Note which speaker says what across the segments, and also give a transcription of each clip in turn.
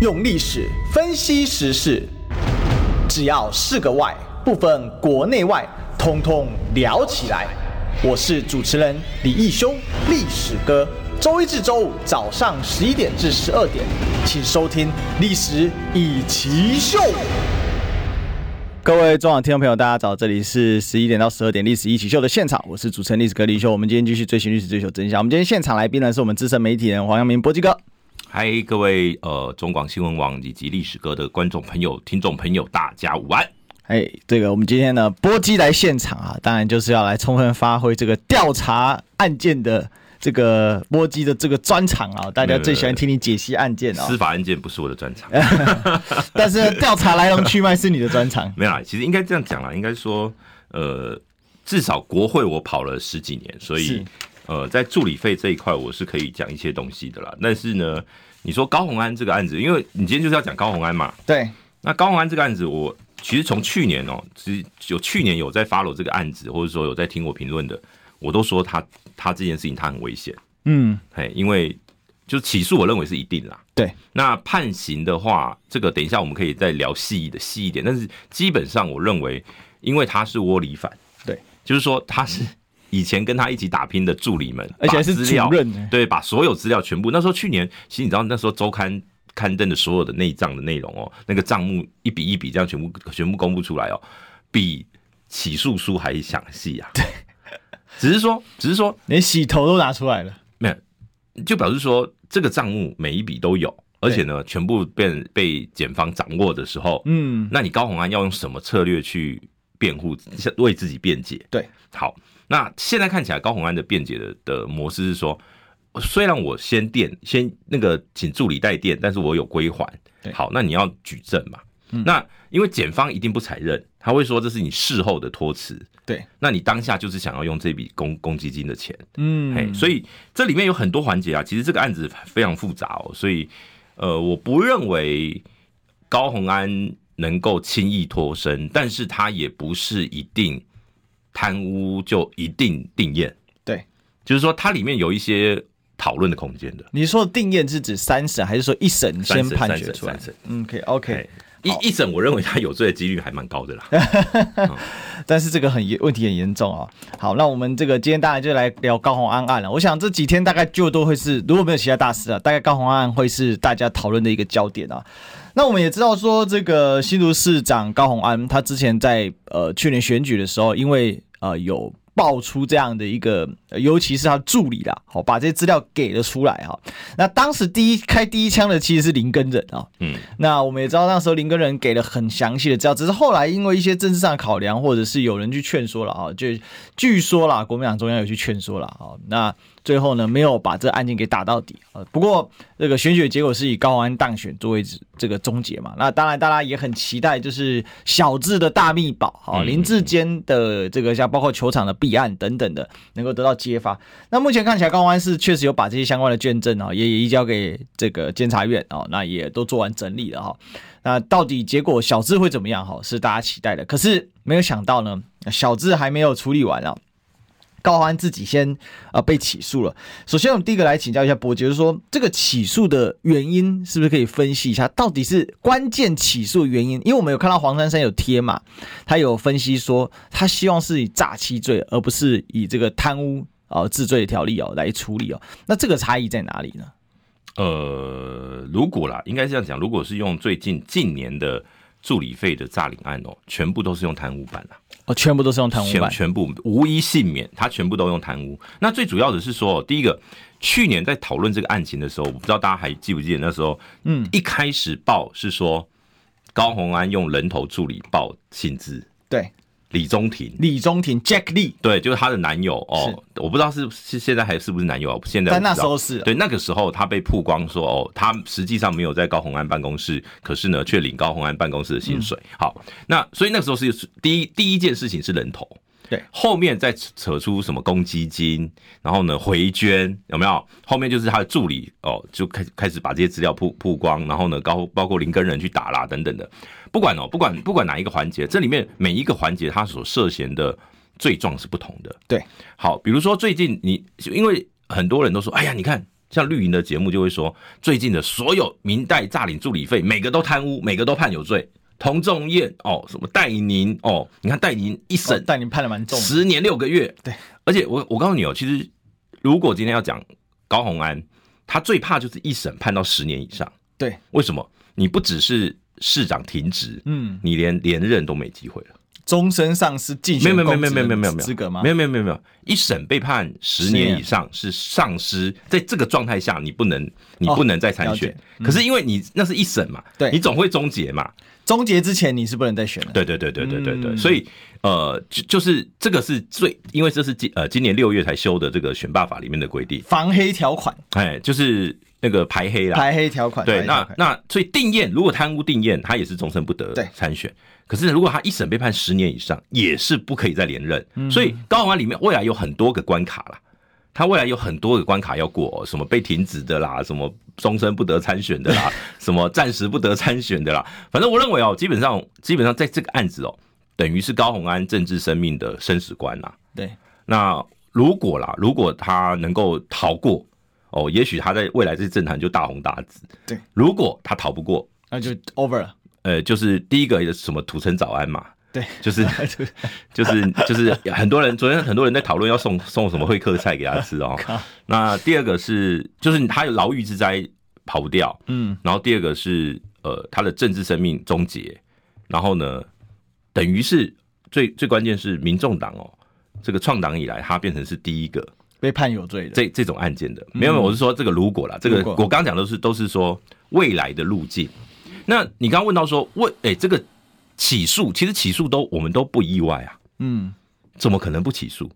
Speaker 1: 用历史分析时事，只要是个“外”，不分国内外，通通聊起来。我是主持人李义修，历史哥。周一至周五早上十一点至十二点，请收听《历史以奇秀》。
Speaker 2: 各位中网听众朋友，大家早，这里是十一点到十二点《历史一起秀》的现场，我是主持人历史哥李秀。我们今天继续追寻历史，追求真相。我们今天现场来宾呢，是我们资深媒体人黄阳明波基哥。
Speaker 3: 嗨，各位呃，中广新闻网以及历史哥的观众朋友、听众朋友，大家午安。
Speaker 2: 哎，这个我们今天呢，波基来现场啊，当然就是要来充分发挥这个调查案件的这个波基的这个专场啊，大家最喜欢听你解析案件啊、
Speaker 3: 司法案件不是我的专长，
Speaker 2: 但是呢调查来龙去脉是你的专 场。
Speaker 3: 没有啦，其实应该这样讲啦，应该说呃，至少国会我跑了十几年，所
Speaker 2: 是
Speaker 3: 以呃，在助理费这一块我是可以讲一些东西的啦。但是呢，你说高红安这个案子，因为你今天就是要讲高红安嘛，
Speaker 2: 对，
Speaker 3: 那高宏安这个案子，我其实从去年哦、其实有去年有在 follow 这个案子，或者说有在听我评论的，我都说他他这件事情他很危险，
Speaker 2: 嗯，
Speaker 3: 嘿，因为就起诉我认为是一定啦。
Speaker 2: 对，
Speaker 3: 那判刑的话，这个等一下我们可以再聊细一的细一点，但是基本上我认为，因为他是窝里反，
Speaker 2: 对，嗯
Speaker 3: 就是说他是以前跟他一起打拼的助理们，
Speaker 2: 而且还是
Speaker 3: 把资料
Speaker 2: 主任欸
Speaker 3: 对，把所有资料全部。那时候去年，其实你知道那时候周刊刊登的所有的内账的内容哦，那个账目一笔一笔这样全部全部公布出来哦，比起诉书还详细啊。对，只是说，只是说
Speaker 2: 连洗头都拿出来了。
Speaker 3: 没有，就表示说这个账目每一笔都有，而且呢，全部被被检方掌握的时候，
Speaker 2: 嗯，
Speaker 3: 那你高鸿安要用什么策略去辩护，为自己辩解？
Speaker 2: 对，
Speaker 3: 好，那现在看起来高鸿安的辩解的的模式是说，虽然我先垫先那个请助理代垫，但是我有归还
Speaker 2: 对。嗯
Speaker 3: 好，那你要举证嘛？那因为检方一定不承认，他会说这是你事后的托词。
Speaker 2: 对，
Speaker 3: 那你当下就是想要用这笔公公积金的钱，嘿，
Speaker 2: 嗯，
Speaker 3: 所以这里面有很多环节啊。其实这个案子非常复杂哦，所以呃，我不认为高鸿安能够轻易脱身，但是他也不是一定贪污就一定定验，
Speaker 2: 对，
Speaker 3: 就是说它里面有一些讨论的空间的。
Speaker 2: 你说的定验是指三审，还是说一审
Speaker 3: 三
Speaker 2: 先
Speaker 3: 审
Speaker 2: 判
Speaker 3: 三
Speaker 2: 决
Speaker 3: 审
Speaker 2: 出来
Speaker 3: 三审？哎
Speaker 2: 嗯，OK OK，
Speaker 3: 嘿一一审，我认为他有罪的几率还蛮高的啦。
Speaker 2: 但是这个很严，问题很严重啊。好，那我们这个今天大家就来聊高红安案了。我想这几天大概就都会是，如果没有其他大事啊，大概高红安案会是大家讨论的一个焦点啊。那我们也知道说，这个新竹市长高虹安，他之前在呃去年选举的时候，因为呃有爆出这样的一个，呃尤其是他助理啦，好把这些资料给了出来哈。那当时第一开第一枪的其实是林根仁啊，
Speaker 3: 嗯，
Speaker 2: 那我们也知道那时候林根仁给了很详细的资料，只是后来因为一些政治上的考量，或者是有人去劝说了啊，就据说啦，国民党中央有去劝说了啊，那最后呢没有把这案件给打到底啊。不过这个选举结果是以高虹安当选作为这个终结嘛。那当然大家也很期待，就是小智的大密宝啊，
Speaker 3: 嗯
Speaker 2: 林志坚的这个像包括球场的弊案等等的，能够得到揭发。那目前看起来，高虹安是确实有把这些相关的卷证啊，也也移交给这个监察院啊，那也都做完整理了哈、哦那到底结果小智会怎么样哈，是大家期待的。可是没有想到呢，小智还没有处理完啊。高虹安自己先呃被起诉了。首先，我们第一个来请教一下波杰，就是说这个起诉的原因是不是可以分析一下？到底是关键起诉原因？因为我们有看到黄珊珊有贴嘛，他有分析说，他希望是以诈欺罪，而不是以这个贪污呃治罪条例哦来处理哦。那这个差异在哪里呢？
Speaker 3: 呃，如果啦，应该这样讲，如果是用最近近年的助理费的诈领案哦，全部都是用贪污办啦。啊
Speaker 2: 哦，全部都是用贪污
Speaker 3: 全
Speaker 2: 办，
Speaker 3: 全部无一幸免，他全部都用贪污。那最主要的是说，第一个，去年在讨论这个案情的时候，我不知道大家还记不记得那时候，嗯，一开始报是说高鸿安用人头助理报薪资，
Speaker 2: 对。
Speaker 3: 李宗廷。
Speaker 2: 李宗廷 Jack Lee
Speaker 3: 对，就是她的男友哦，我不知道是是现在还是不是男友啊？现在我
Speaker 2: 在
Speaker 3: 不知道
Speaker 2: 那时候是
Speaker 3: 对那个时候他被曝光说哦，他实际上没有在高鸿安办公室，可是呢却领高鸿安办公室的薪水。
Speaker 2: 嗯
Speaker 3: 好，那所以那个时候是第一第一件事情是人头，
Speaker 2: 对，
Speaker 3: 后面再扯扯出什么公积金，然后呢回捐有没有？后面就是他的助理哦，就开始开始把这些资料曝曝光，然后呢高包括林根人去打啦等等的，不管哦，不管不管哪一个环节，这里面每一个环节它所涉嫌的罪状是不同的。
Speaker 2: 对，
Speaker 3: 好，比如说最近你因为很多人都说，哎呀，你看像绿营的节目就会说，最近的所有明代诈领助理费，每个都贪污，每个都判有罪。童仲彦哦，什么戴宁哦，你看戴宁一审
Speaker 2: 哦
Speaker 3: 哦
Speaker 2: 但你判的蛮重的，
Speaker 3: 十年六个月。
Speaker 2: 对，
Speaker 3: 而且我我告诉你哦，其实如果今天要讲高洪安，他最怕就是一审判到十年以上。
Speaker 2: 对，
Speaker 3: 为什么？你不只是市长停职，
Speaker 2: 嗯，
Speaker 3: 你连连任都没机会了。
Speaker 2: 终身丧失竞
Speaker 3: 没
Speaker 2: 选
Speaker 3: 有没有
Speaker 2: 公
Speaker 3: 没有
Speaker 2: 职
Speaker 3: 没有没有没有
Speaker 2: 的资格吗？
Speaker 3: 没
Speaker 2: 有，
Speaker 3: 有没有没有没有，一审被判十
Speaker 2: 十
Speaker 3: 年
Speaker 2: 年
Speaker 3: 以上是丧失，在这个状态下你不能你
Speaker 2: 哦
Speaker 3: 不能再参
Speaker 2: 了
Speaker 3: 选
Speaker 2: 解。嗯
Speaker 3: 可是因为你那是一审嘛，
Speaker 2: 对
Speaker 3: 你总会终结嘛。
Speaker 2: 终结之前你是不能再选的。
Speaker 3: 对对对对对对对，
Speaker 2: 嗯
Speaker 3: 所以呃，就就是这个是最，因为这是今呃今年六月才修的这个选罢法里面的规定，
Speaker 2: 防黑条款、
Speaker 3: 哎，就是那个排黑啦。
Speaker 2: 排黑条款，
Speaker 3: 对，
Speaker 2: 排黑条
Speaker 3: 那
Speaker 2: 款
Speaker 3: 那所以定谳，如果贪污定谳，他也是终身不得
Speaker 2: 对
Speaker 3: 参选。可是如果他一审被判十年以上，也是不可以再连任。
Speaker 2: 嗯
Speaker 3: 所以高宏安里面未来有很多个关卡啦，他未来有很多个关卡要过哦，什么被停职的啦，什么终身不得参选的 啦，什么暂时不得参选的啦。反正我认为哦，基本上基本上在这个案子哦，等于是高宏安政治生命的生死关啦。
Speaker 2: 对
Speaker 3: 那如果啦，如果他能够逃过，哦，也许他在未来这政坛就大红大紫。
Speaker 2: 对，
Speaker 3: 如果他逃不过，
Speaker 2: 那就 over 了。
Speaker 3: 呃，就是第一个什么土城早安嘛，
Speaker 2: 对，
Speaker 3: 就是 就是就是很多人昨天很多人在讨论要送送什么会客菜给他吃哦。那第二个是就是他有牢狱之灾跑不掉，
Speaker 2: 嗯，
Speaker 3: 然后第二个是呃他的政治生命终结，然后呢，等于是最最关键是民众党哦，这个创党以来他变成是第一个
Speaker 2: 被判有罪的。
Speaker 3: 这这种案件的，没有，没有我是说这个如果啦，这
Speaker 2: 嗯
Speaker 3: 个
Speaker 2: 如果
Speaker 3: 我刚刚讲的是都是说未来的路径。那你刚刚问到说为哎、这个起诉，其实起诉都我们都不意外啊，
Speaker 2: 嗯，
Speaker 3: 怎么可能不起诉？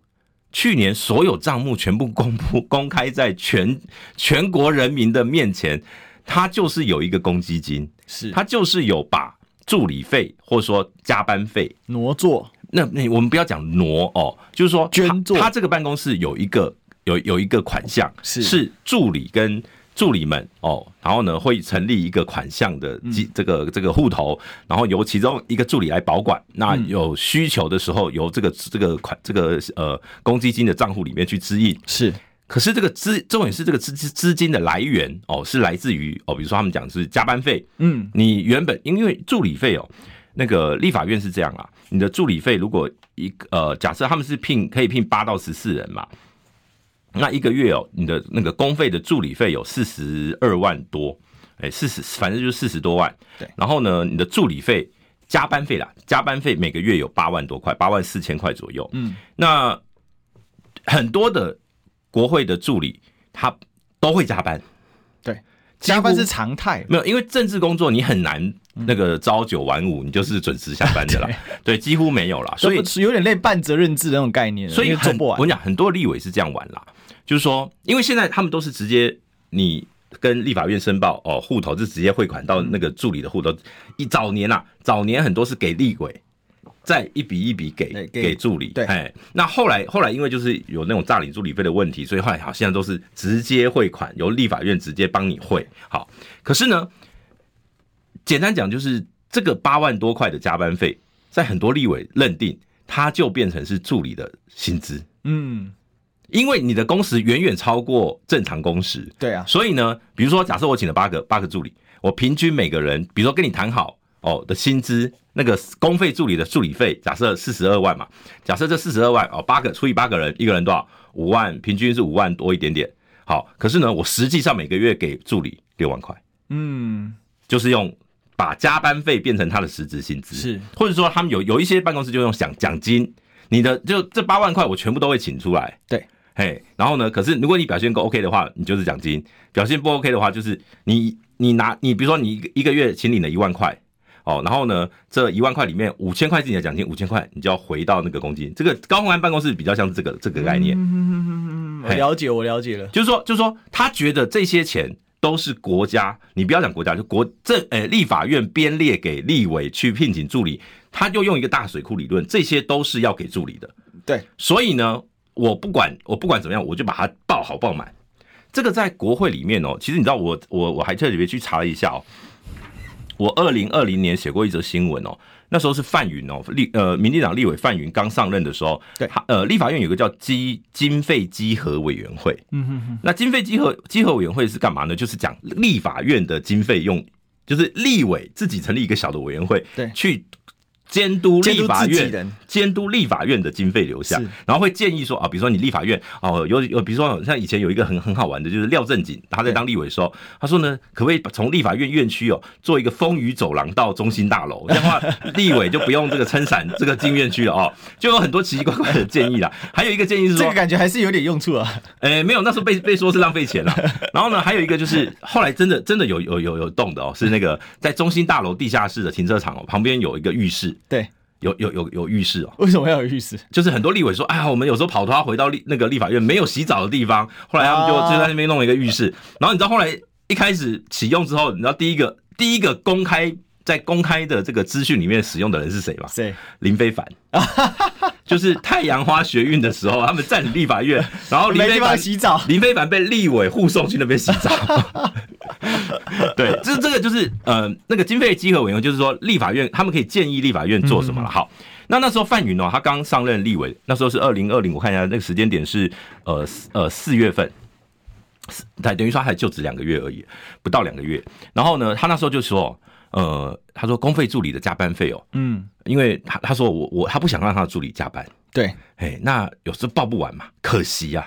Speaker 3: 去年所有账目全部公布公开在全全国人民的面前，他就是有一个公积金，
Speaker 2: 是
Speaker 3: 他就是有把助理费或者说加班费
Speaker 2: 挪作
Speaker 3: 那那我们不要讲挪哦，就是说他
Speaker 2: 捐助
Speaker 3: 他这个办公室有一个有有一个款项
Speaker 2: 是
Speaker 3: 助理跟助理们哦，然后呢会成立一个款项的
Speaker 2: 嗯
Speaker 3: 基这个这个户头，然后由其中一个助理来保管。那
Speaker 2: 嗯
Speaker 3: 有需求的时候，由这个这个款这个呃公积金的账户里面去支应。
Speaker 2: 是
Speaker 3: 可是这个资重点是这个资资资金的来源哦，是来自于哦，比如说他们讲是加班费，
Speaker 2: 嗯，
Speaker 3: 你原本因为助理费哦，那个立法院是这样啊，你的助理费如果一个呃，假设他们是聘可以聘八到十四人嘛，那一个月哦，你的那个公费的助理费有四十二万多，哎，四十反正就四十多万，
Speaker 2: 对
Speaker 3: 然后呢，你的助理费加班费啦，加班费每个月有八万多块，八万四千块左右，
Speaker 2: 嗯，
Speaker 3: 那很多的国会的助理他都会加班。
Speaker 2: 对，
Speaker 3: 几乎
Speaker 2: 加班是常态。
Speaker 3: 没有，因为政治工作你很难那个朝九晚五，你就是准时下班 的啦。对，几乎没有啦，所以
Speaker 2: 这不有点类半责任制的那种概念了，
Speaker 3: 所以
Speaker 2: 因为做
Speaker 3: 很
Speaker 2: 不
Speaker 3: 我
Speaker 2: 完
Speaker 3: 跟。你讲，很多立委是这样玩啦，就是说，因为现在他们都是直接你跟立法院申报哦，户头就直接汇款到那个助理的户头。一早年啊，早年很多是给立委。再一笔一笔给
Speaker 2: 对
Speaker 3: 给
Speaker 2: 给
Speaker 3: 助理，
Speaker 2: 对
Speaker 3: 哎，那后来后来因为就是有那种诈领助理费的问题，所以后来好现在都是直接汇款，由立法院直接帮你汇。好，可是呢，简单讲就是这个八万多块的加班费，在很多立委认定它就变成是助理的薪资，
Speaker 2: 嗯，
Speaker 3: 因为你的工时远远超过正常工时，
Speaker 2: 对啊，
Speaker 3: 所以呢，比如说假设我请了八个八个助理，我平均每个人，比如说跟你谈好哦的薪资，那个公费助理的助理费，假设四十二万嘛，假设这四十二万哦，八个除以八个人，一个人多少？五万，平均是五万多一点点。好，可是呢，我实际上每个月给助理六万块。
Speaker 2: 嗯，
Speaker 3: 就是用把加班费变成他的实质薪资，
Speaker 2: 是，
Speaker 3: 或者说他们有有一些办公室就用奖奖金，你的就这八万块我全部都会请出来，
Speaker 2: 对，
Speaker 3: 嘿，然后呢，可是如果你表现够 OK 的话，你就是奖金；表现不 OK 的话，就是你你拿你比如说你一个一个月请领了一万块。哦，然后呢，这一万块里面五千块是你的奖金，五千块你就要回到那个公积金。这个高鸿安办公室比较像这个这个概念，
Speaker 2: 嗯我
Speaker 3: 嘿
Speaker 2: 了解，我了解了。
Speaker 3: 就是说，就是说，他觉得这些钱都是国家，你不要讲国家，就国政呃、立法院编列给立委去聘请助理，他就用一个大水库理论，这些都是要给助理的。
Speaker 2: 对，
Speaker 3: 所以呢，我不管我不管怎么样，我就把它报好报满。这个在国会里面哦，其实你知道我我我还特别去查了一下哦，我二零二零年写过一则新闻哦，那时候是范云哦，立呃，民进党立委范云刚上任的时候，
Speaker 2: 对
Speaker 3: 他，呃，立法院有个叫基经费稽核委员会，
Speaker 2: 嗯哼哼，
Speaker 3: 那经费稽核稽核委员会是干嘛呢？就是讲立法院的经费用，就是立委自己成立一个小的委员会，
Speaker 2: 对
Speaker 3: 去监督
Speaker 2: 监督
Speaker 3: 立法
Speaker 2: 自己
Speaker 3: 院
Speaker 2: 人，
Speaker 3: 监督立法院的经费流向
Speaker 2: 是，
Speaker 3: 然后会建议说啊，比如说你立法院哦，有有，比如说像以前有一个很很好玩的，就是廖正景他在当立委的时候，他说呢，可不可以从立法院院区哦做一个风雨走廊到中心大楼，这样的话立委就不用这个撑伞这个进院区了哦，就有很多奇奇怪怪的建议啦。还有一个建议是
Speaker 2: 这
Speaker 3: 说
Speaker 2: 个，感觉还是有点用处啊。
Speaker 3: 诶、没有，那时候被被说是浪费钱了。然后呢，还有一个就是后来真的真的有有有有动的哦，是那个在中心大楼地下室的停车场哦，旁边有一个浴室，
Speaker 2: 对，
Speaker 3: 有有有有浴室哦，
Speaker 2: 为什么要有浴室？
Speaker 3: 就是很多立委说，哎呀，我们有时候跑脱要回到立那个立法院没有洗澡的地方，后来他们就
Speaker 2: 啊
Speaker 3: 就在那边弄了一个浴室。然后你知道后来一开始启用之后，你知道第一个第一个公开在公开的这个资讯里面使用的人是谁吗？
Speaker 2: 谁？
Speaker 3: 林非凡。 就是太阳花学运的时候，他们占领立法院，然后林
Speaker 2: 没
Speaker 3: 非
Speaker 2: 地
Speaker 3: 凡
Speaker 2: 方洗澡
Speaker 3: 林非凡被立委护送去那边洗澡。 对，这这个就是呃，那个经费稽核委员会，就是说立法院他们可以建议立法院做什么了。好，那那时候范云哦，他刚上任立委，那时候是二零二零，我看一下那个时间点是呃四呃四月份。四等等于说他才就职两个月而已，不到两个月。然后呢，他那时候就说，呃，他说公费助理的加班费哦，
Speaker 2: 嗯，
Speaker 3: 因为他他说我我他不想让他的助理加班，
Speaker 2: 对，
Speaker 3: 哎，那有时候报不完嘛，可惜呀、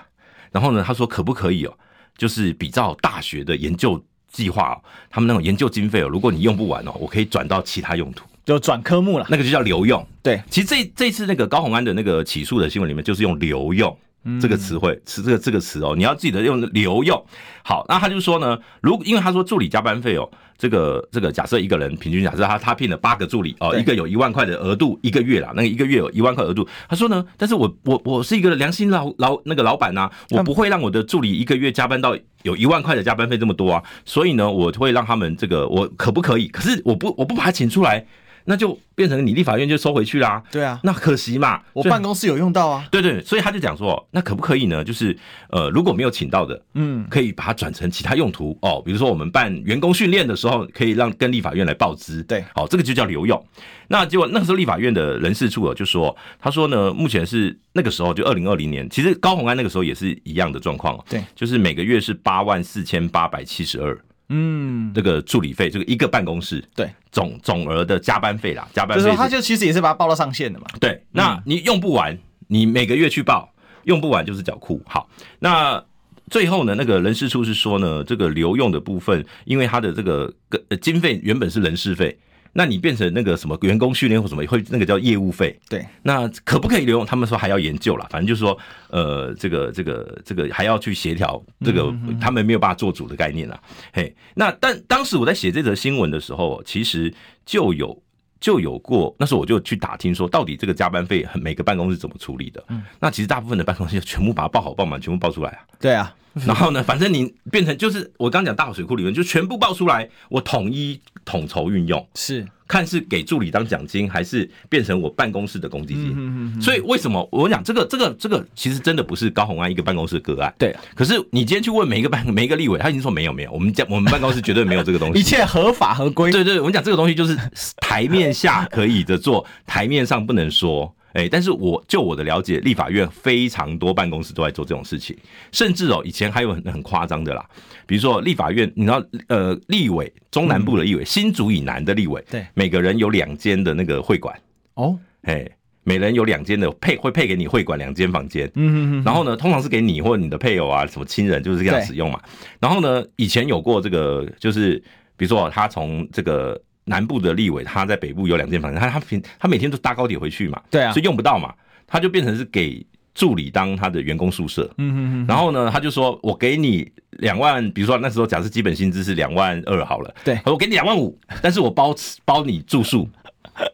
Speaker 3: 然后呢，他说可不可以哦，就是比照大学的研究计划、哦，他们那种研究经费哦，如果你用不完哦，我可以转到其他用途，
Speaker 2: 就转科目了。
Speaker 3: 那个就叫留用。
Speaker 2: 对，
Speaker 3: 其实这这次那个高鸿安的那个起诉的新闻里面，就是用“留用”
Speaker 2: 嗯
Speaker 3: 这个词汇，是、这个这个词哦，你要记得用“留用”。好，那他就说呢，如因为他说助理加班费哦，这个这个假设一个人平均假设他他聘了八个助理哦，
Speaker 2: 对
Speaker 3: 一个有一万块的额度一个月啦，那个一个月有一万块额度，他说呢，但是我我我是一个良心老老那个老板呐、啊我不会让我的助理一个月加班到。有一万块的加班费这么多啊，所以呢，我会让他们这个我可不可以？可是我不我不把他请出来，那就变成你立法院就收回去啦。
Speaker 2: 对啊，
Speaker 3: 那可惜嘛，
Speaker 2: 我
Speaker 3: 所以
Speaker 2: 办公室有用到啊。
Speaker 3: 对对，所以他就讲说，那可不可以呢？就是呃，如果没有请到的，
Speaker 2: 嗯，
Speaker 3: 可以把它转成其他用途哦，比如说我们办员工训练的时候，可以让跟立法院来报资，
Speaker 2: 对
Speaker 3: 好、这个就叫留用。那结果那个时候立法院的人事处哦就说，他说呢，目前是那个时候就二零二零年，其实高鸿安那个时候也是一样的状况哦，
Speaker 2: 对，
Speaker 3: 就是每个月是八万四千八百七十二。
Speaker 2: 嗯，
Speaker 3: 这个助理费，这个一个办公室
Speaker 2: 对，
Speaker 3: 总总额的加班费啦，加班
Speaker 2: 就是
Speaker 3: 费
Speaker 2: 说
Speaker 3: 是
Speaker 2: 他就其实也是把它报到上限的嘛。
Speaker 3: 对，那你用不完，你每个月去报，用不完就是缴库。好，那最后呢，那个人事处是说呢，这个留用的部分，因为它的这个呃经费原本是人事费，那你变成那个什么员工训练或什么会那个叫业务费，
Speaker 2: 对，
Speaker 3: 那可不可以留用？他们说还要研究啦，反正就是说，呃，这个这个这个还要去协调，这个他们没有办法做主的概念啦。嘿，那但当时我在写这则新闻的时候，其实就有就有过，那时候我就去打听说，到底这个加班费很每个办公室怎么处理的？那其实大部分的办公室全部把它报好报满，全部报出来啊。
Speaker 2: 对啊，
Speaker 3: 然后呢，反正你变成就是我刚讲大水库理论，就全部报出来，我统一统筹运用。
Speaker 2: 是，
Speaker 3: 看是给助理当奖金，还是变成我办公室的公积金。
Speaker 2: 嗯嗯，
Speaker 3: 所以为什么我讲这个这个这个，其实真的不是高鸿安一个办公室的个案。
Speaker 2: 对啊，
Speaker 3: 可是你今天去问每一个办每一个立委，他已经说没有没有，我们家我们办公室绝对没有这个东
Speaker 2: 一
Speaker 3: 西。
Speaker 2: 切合法合规。
Speaker 3: 对对，我们讲这个东西就是台面下可以的做，台面上不能说。哎、但是我就我的了解，立法院非常多办公室都在做这种事情，甚至哦，以前还有很很夸张的啦，比如说立法院，你知道，呃，立委中南部的立委，新竹以南的立委，
Speaker 2: 对
Speaker 3: 每个人有两间的那个会馆，
Speaker 2: 哦，
Speaker 3: 哎，每人有两间的配会配给你会馆两间房间，
Speaker 2: 嗯嗯嗯，
Speaker 3: 然后呢，通常是给你或你的配偶啊，什么亲人，就是这样
Speaker 2: 对
Speaker 3: 使用嘛。然后呢，以前有过这个，就是比如说他从这个南部的立委，他在北部有两间房间，他他平他每天都搭高铁回去嘛，
Speaker 2: 对啊
Speaker 3: 所以用不到嘛，他就变成是给助理当他的员工宿舍。
Speaker 2: 嗯嗯嗯，
Speaker 3: 然后呢，他就说我给你两万，比如说那时候假设基本薪资是两万二好了，
Speaker 2: 对
Speaker 3: 他说我给你两万五，但是我包吃 包你住宿，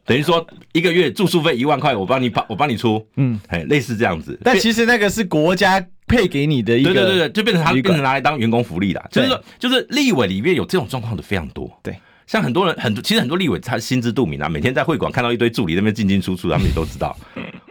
Speaker 3: 等于说一个月住宿费一万块，我帮你包我帮你出，
Speaker 2: 嗯，
Speaker 3: 哎，类似这样子。
Speaker 2: 但
Speaker 3: 变
Speaker 2: 其实那个是国家配给你的一个，
Speaker 3: 对对对对，就变成他
Speaker 2: 旅
Speaker 3: 变
Speaker 2: 馆
Speaker 3: 成拿来当员工福利啦，就是
Speaker 2: 对
Speaker 3: 说就是立委里面有这种状况的非常多，
Speaker 2: 对。
Speaker 3: 像很多人，很多其实很多立委他心知肚明啊，每天在会馆看到一堆助理在那边进进出出，他们也都 知道。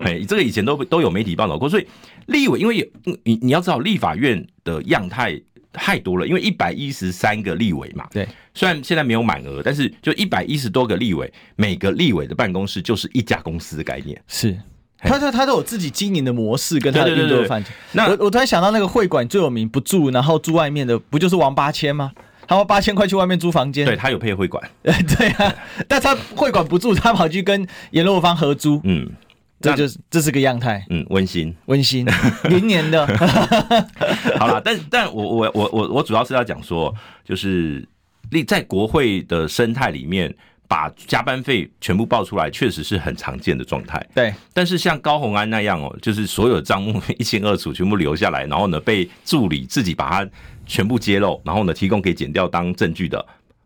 Speaker 3: 哎，这个以嗯前都都有媒体报道过，所以立委因为有你你要知道立法院的样态太多了，因为一百一十三个立委嘛，
Speaker 2: 对，
Speaker 3: 虽然现在没有满额，但是就一百一十多个立委，每个立委的办公室就是一家公司的概念。
Speaker 2: 是。他他他都有自己经营的模式跟他的
Speaker 3: 对对
Speaker 2: 运作
Speaker 3: 对对
Speaker 2: 范畴。
Speaker 3: 那
Speaker 2: 我我突然想到那个会馆最有名，不住然后住外面的，不就是王八千吗？他花八千块去外面租房间，
Speaker 3: 对他有配会馆，
Speaker 2: 对啊，但他会馆不住，他跑去跟阎罗方合租，
Speaker 3: 嗯
Speaker 2: 这
Speaker 3: 那
Speaker 2: 就是这是个样态，
Speaker 3: 嗯，温馨。
Speaker 2: 温 馨黏黏的。
Speaker 3: 好啦，但但我我我我我主要是要讲说，就是立在国会的生态里面，把加班费全部报出来，确实是很常见的状态。
Speaker 2: 对，
Speaker 3: 但是像高红安那样哦，就是所有账目一清二楚，全部留下来，然后呢被助理自己把它全部揭露，然后呢提供给检调当证据的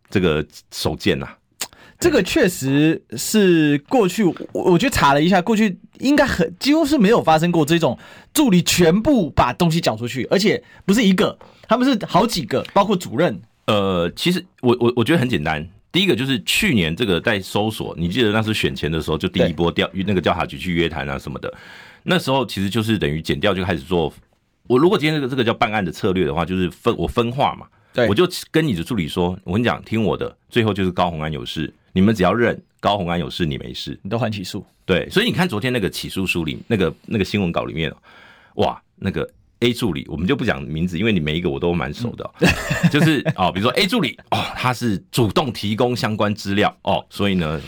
Speaker 3: 这个手贱啊呐、
Speaker 2: 这个确实是过去，我我去查了一下，过去应该很几乎是没有发生过这种助理全部把东西缴出去，而且不是一个，他们是好几个，包括主任。
Speaker 3: 呃，其实我我我觉得很简单。第一个就是去年这个在搜索，你记得那时候选前的时候，就第一波调那个调查局去约谈啊什么的，那时候其实就是等于减掉就开始做。我如果今天这个这个叫办案的策略的话，就是分我分化嘛，
Speaker 2: 对
Speaker 3: 我就跟你的助理说，我跟你讲，听我的，最后就是高红安有事，你们只要认高红安有事，你没事。
Speaker 2: 你都还起诉，
Speaker 3: 对，所以你看昨天那个起诉书里，那个那个新闻稿里面哦，哇，那个 A 助理，我们就不讲名字，因为你每一个我都蛮熟的哦、
Speaker 2: 嗯
Speaker 3: 就是哦，比如说 A 助理哦，他是主动提供相关资料哦，所以呢，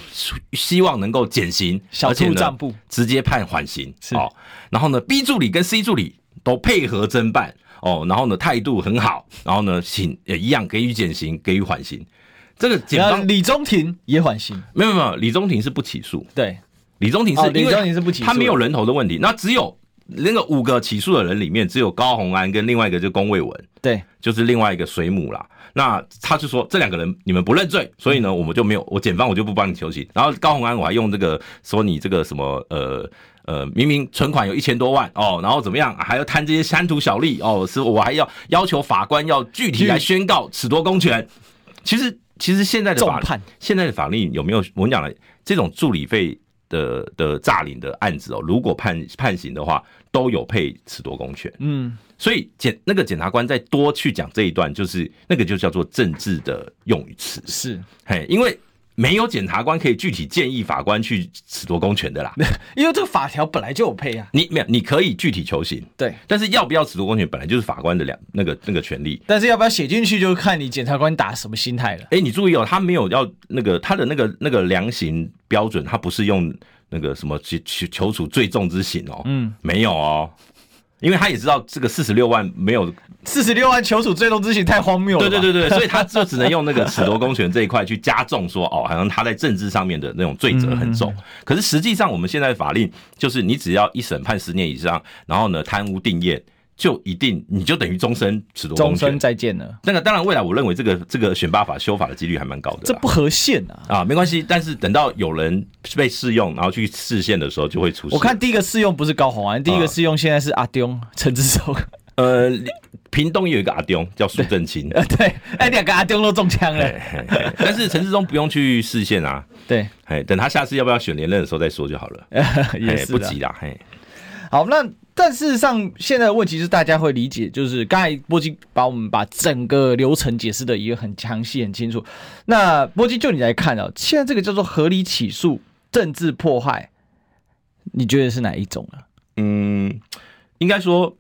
Speaker 3: 希望能够减刑，
Speaker 2: 小
Speaker 3: 而且
Speaker 2: 兔
Speaker 3: 呢
Speaker 2: 账簿
Speaker 3: 直接判缓刑
Speaker 2: 是
Speaker 3: 哦。然后呢，B 助理跟 C 助理都配合侦办哦，然后呢态度很好，然后呢请也一样给予减刑，给予缓刑。这个检
Speaker 2: 然后
Speaker 3: 方
Speaker 2: 李宗廷也缓刑，
Speaker 3: 没有没有没有，李宗廷是不起诉，
Speaker 2: 对，
Speaker 3: 李宗廷是
Speaker 2: 哦
Speaker 3: 因为
Speaker 2: 李宗廷是不起诉的
Speaker 3: 他没有人头的问题。那只有那个五个起诉的人里面，只有高洪安跟另外一个就是龚卫文，
Speaker 2: 对，
Speaker 3: 就是另外一个水母啦。那他就说这两个人你们不认罪，所以呢我们就没有我检方我就不帮你求刑。然后高洪安我还用这个说你这个什么呃呃明明存款有一千多万哦，然后怎么样还要贪这些贪图小利哦，是我还要要求法官要具体来宣告褫夺公权。其实其实现在的法
Speaker 2: 重判
Speaker 3: 现在的法令有没有我们讲了这种助理费的的诈领的案子哦，如果判判刑的话，都有配褫夺公权。
Speaker 2: 嗯，
Speaker 3: 所以检那个检察官再多去讲这一段，就是那个就叫做政治的用语词，
Speaker 2: 是
Speaker 3: 嘿，因为没有检察官可以具体建议法官去褫夺公权的啦。
Speaker 2: 因为这个法条本来就有配啊，
Speaker 3: 你没有，你可以具体求刑，
Speaker 2: 对，
Speaker 3: 但是要不要褫夺公权，本来就是法官的两那个那个权利。
Speaker 2: 但是要不要写进去就看你检察官打什么心态了。
Speaker 3: 哎、你注意哦，他没有要那个他的那个那个量刑标准，他不是用那个什么求求求处最重之刑哦，嗯，没有哦，因为他也知道这个四十六万没有
Speaker 2: 四十六万求处最终之刑太荒谬了吧，
Speaker 3: 对 对对对，所以他就只能用那个褫夺公权这一块去加重说，哦，好像他在政治上面的那种罪责很
Speaker 2: 嗯
Speaker 3: 重。可是实际上，我们现在的法令就是，你只要一审判十年以上，然后呢贪污定谳，就一定你就等于终身褫夺公
Speaker 2: 终身
Speaker 3: 权。
Speaker 2: 再见了，
Speaker 3: 那个当然，未来我认为这个这个选罢法修法的几率还蛮高的啦。
Speaker 2: 这不合宪啊。
Speaker 3: 啊，没关系，但是等到有人被试用，然后去试线的时候，就会出事。
Speaker 2: 我看第一个试用不是高
Speaker 3: 啊
Speaker 2: 洪安，第一个试用现在是阿丢陈志忠，
Speaker 3: 呃，屏东有一个阿丢叫苏 正清，
Speaker 2: 呃， 对，哎，两个阿丢都中枪了，
Speaker 3: 嘿嘿但是陈志忠不用去试线啊。
Speaker 2: 对，
Speaker 3: 哎，等他下次要不要选连任的时候再说就好了。
Speaker 2: 也
Speaker 3: 哎，
Speaker 2: 是
Speaker 3: 不
Speaker 2: 啦
Speaker 3: 急啦，嘿，
Speaker 2: 好，那但事实上，现在的问题是大家会理解，就是刚才波基把我们把整个流程解释的也很详细、很清楚。那波基就你来看哦，现在这个叫做合理起诉、政治迫害，你觉得是哪一种啊呢？
Speaker 3: 嗯，应该说，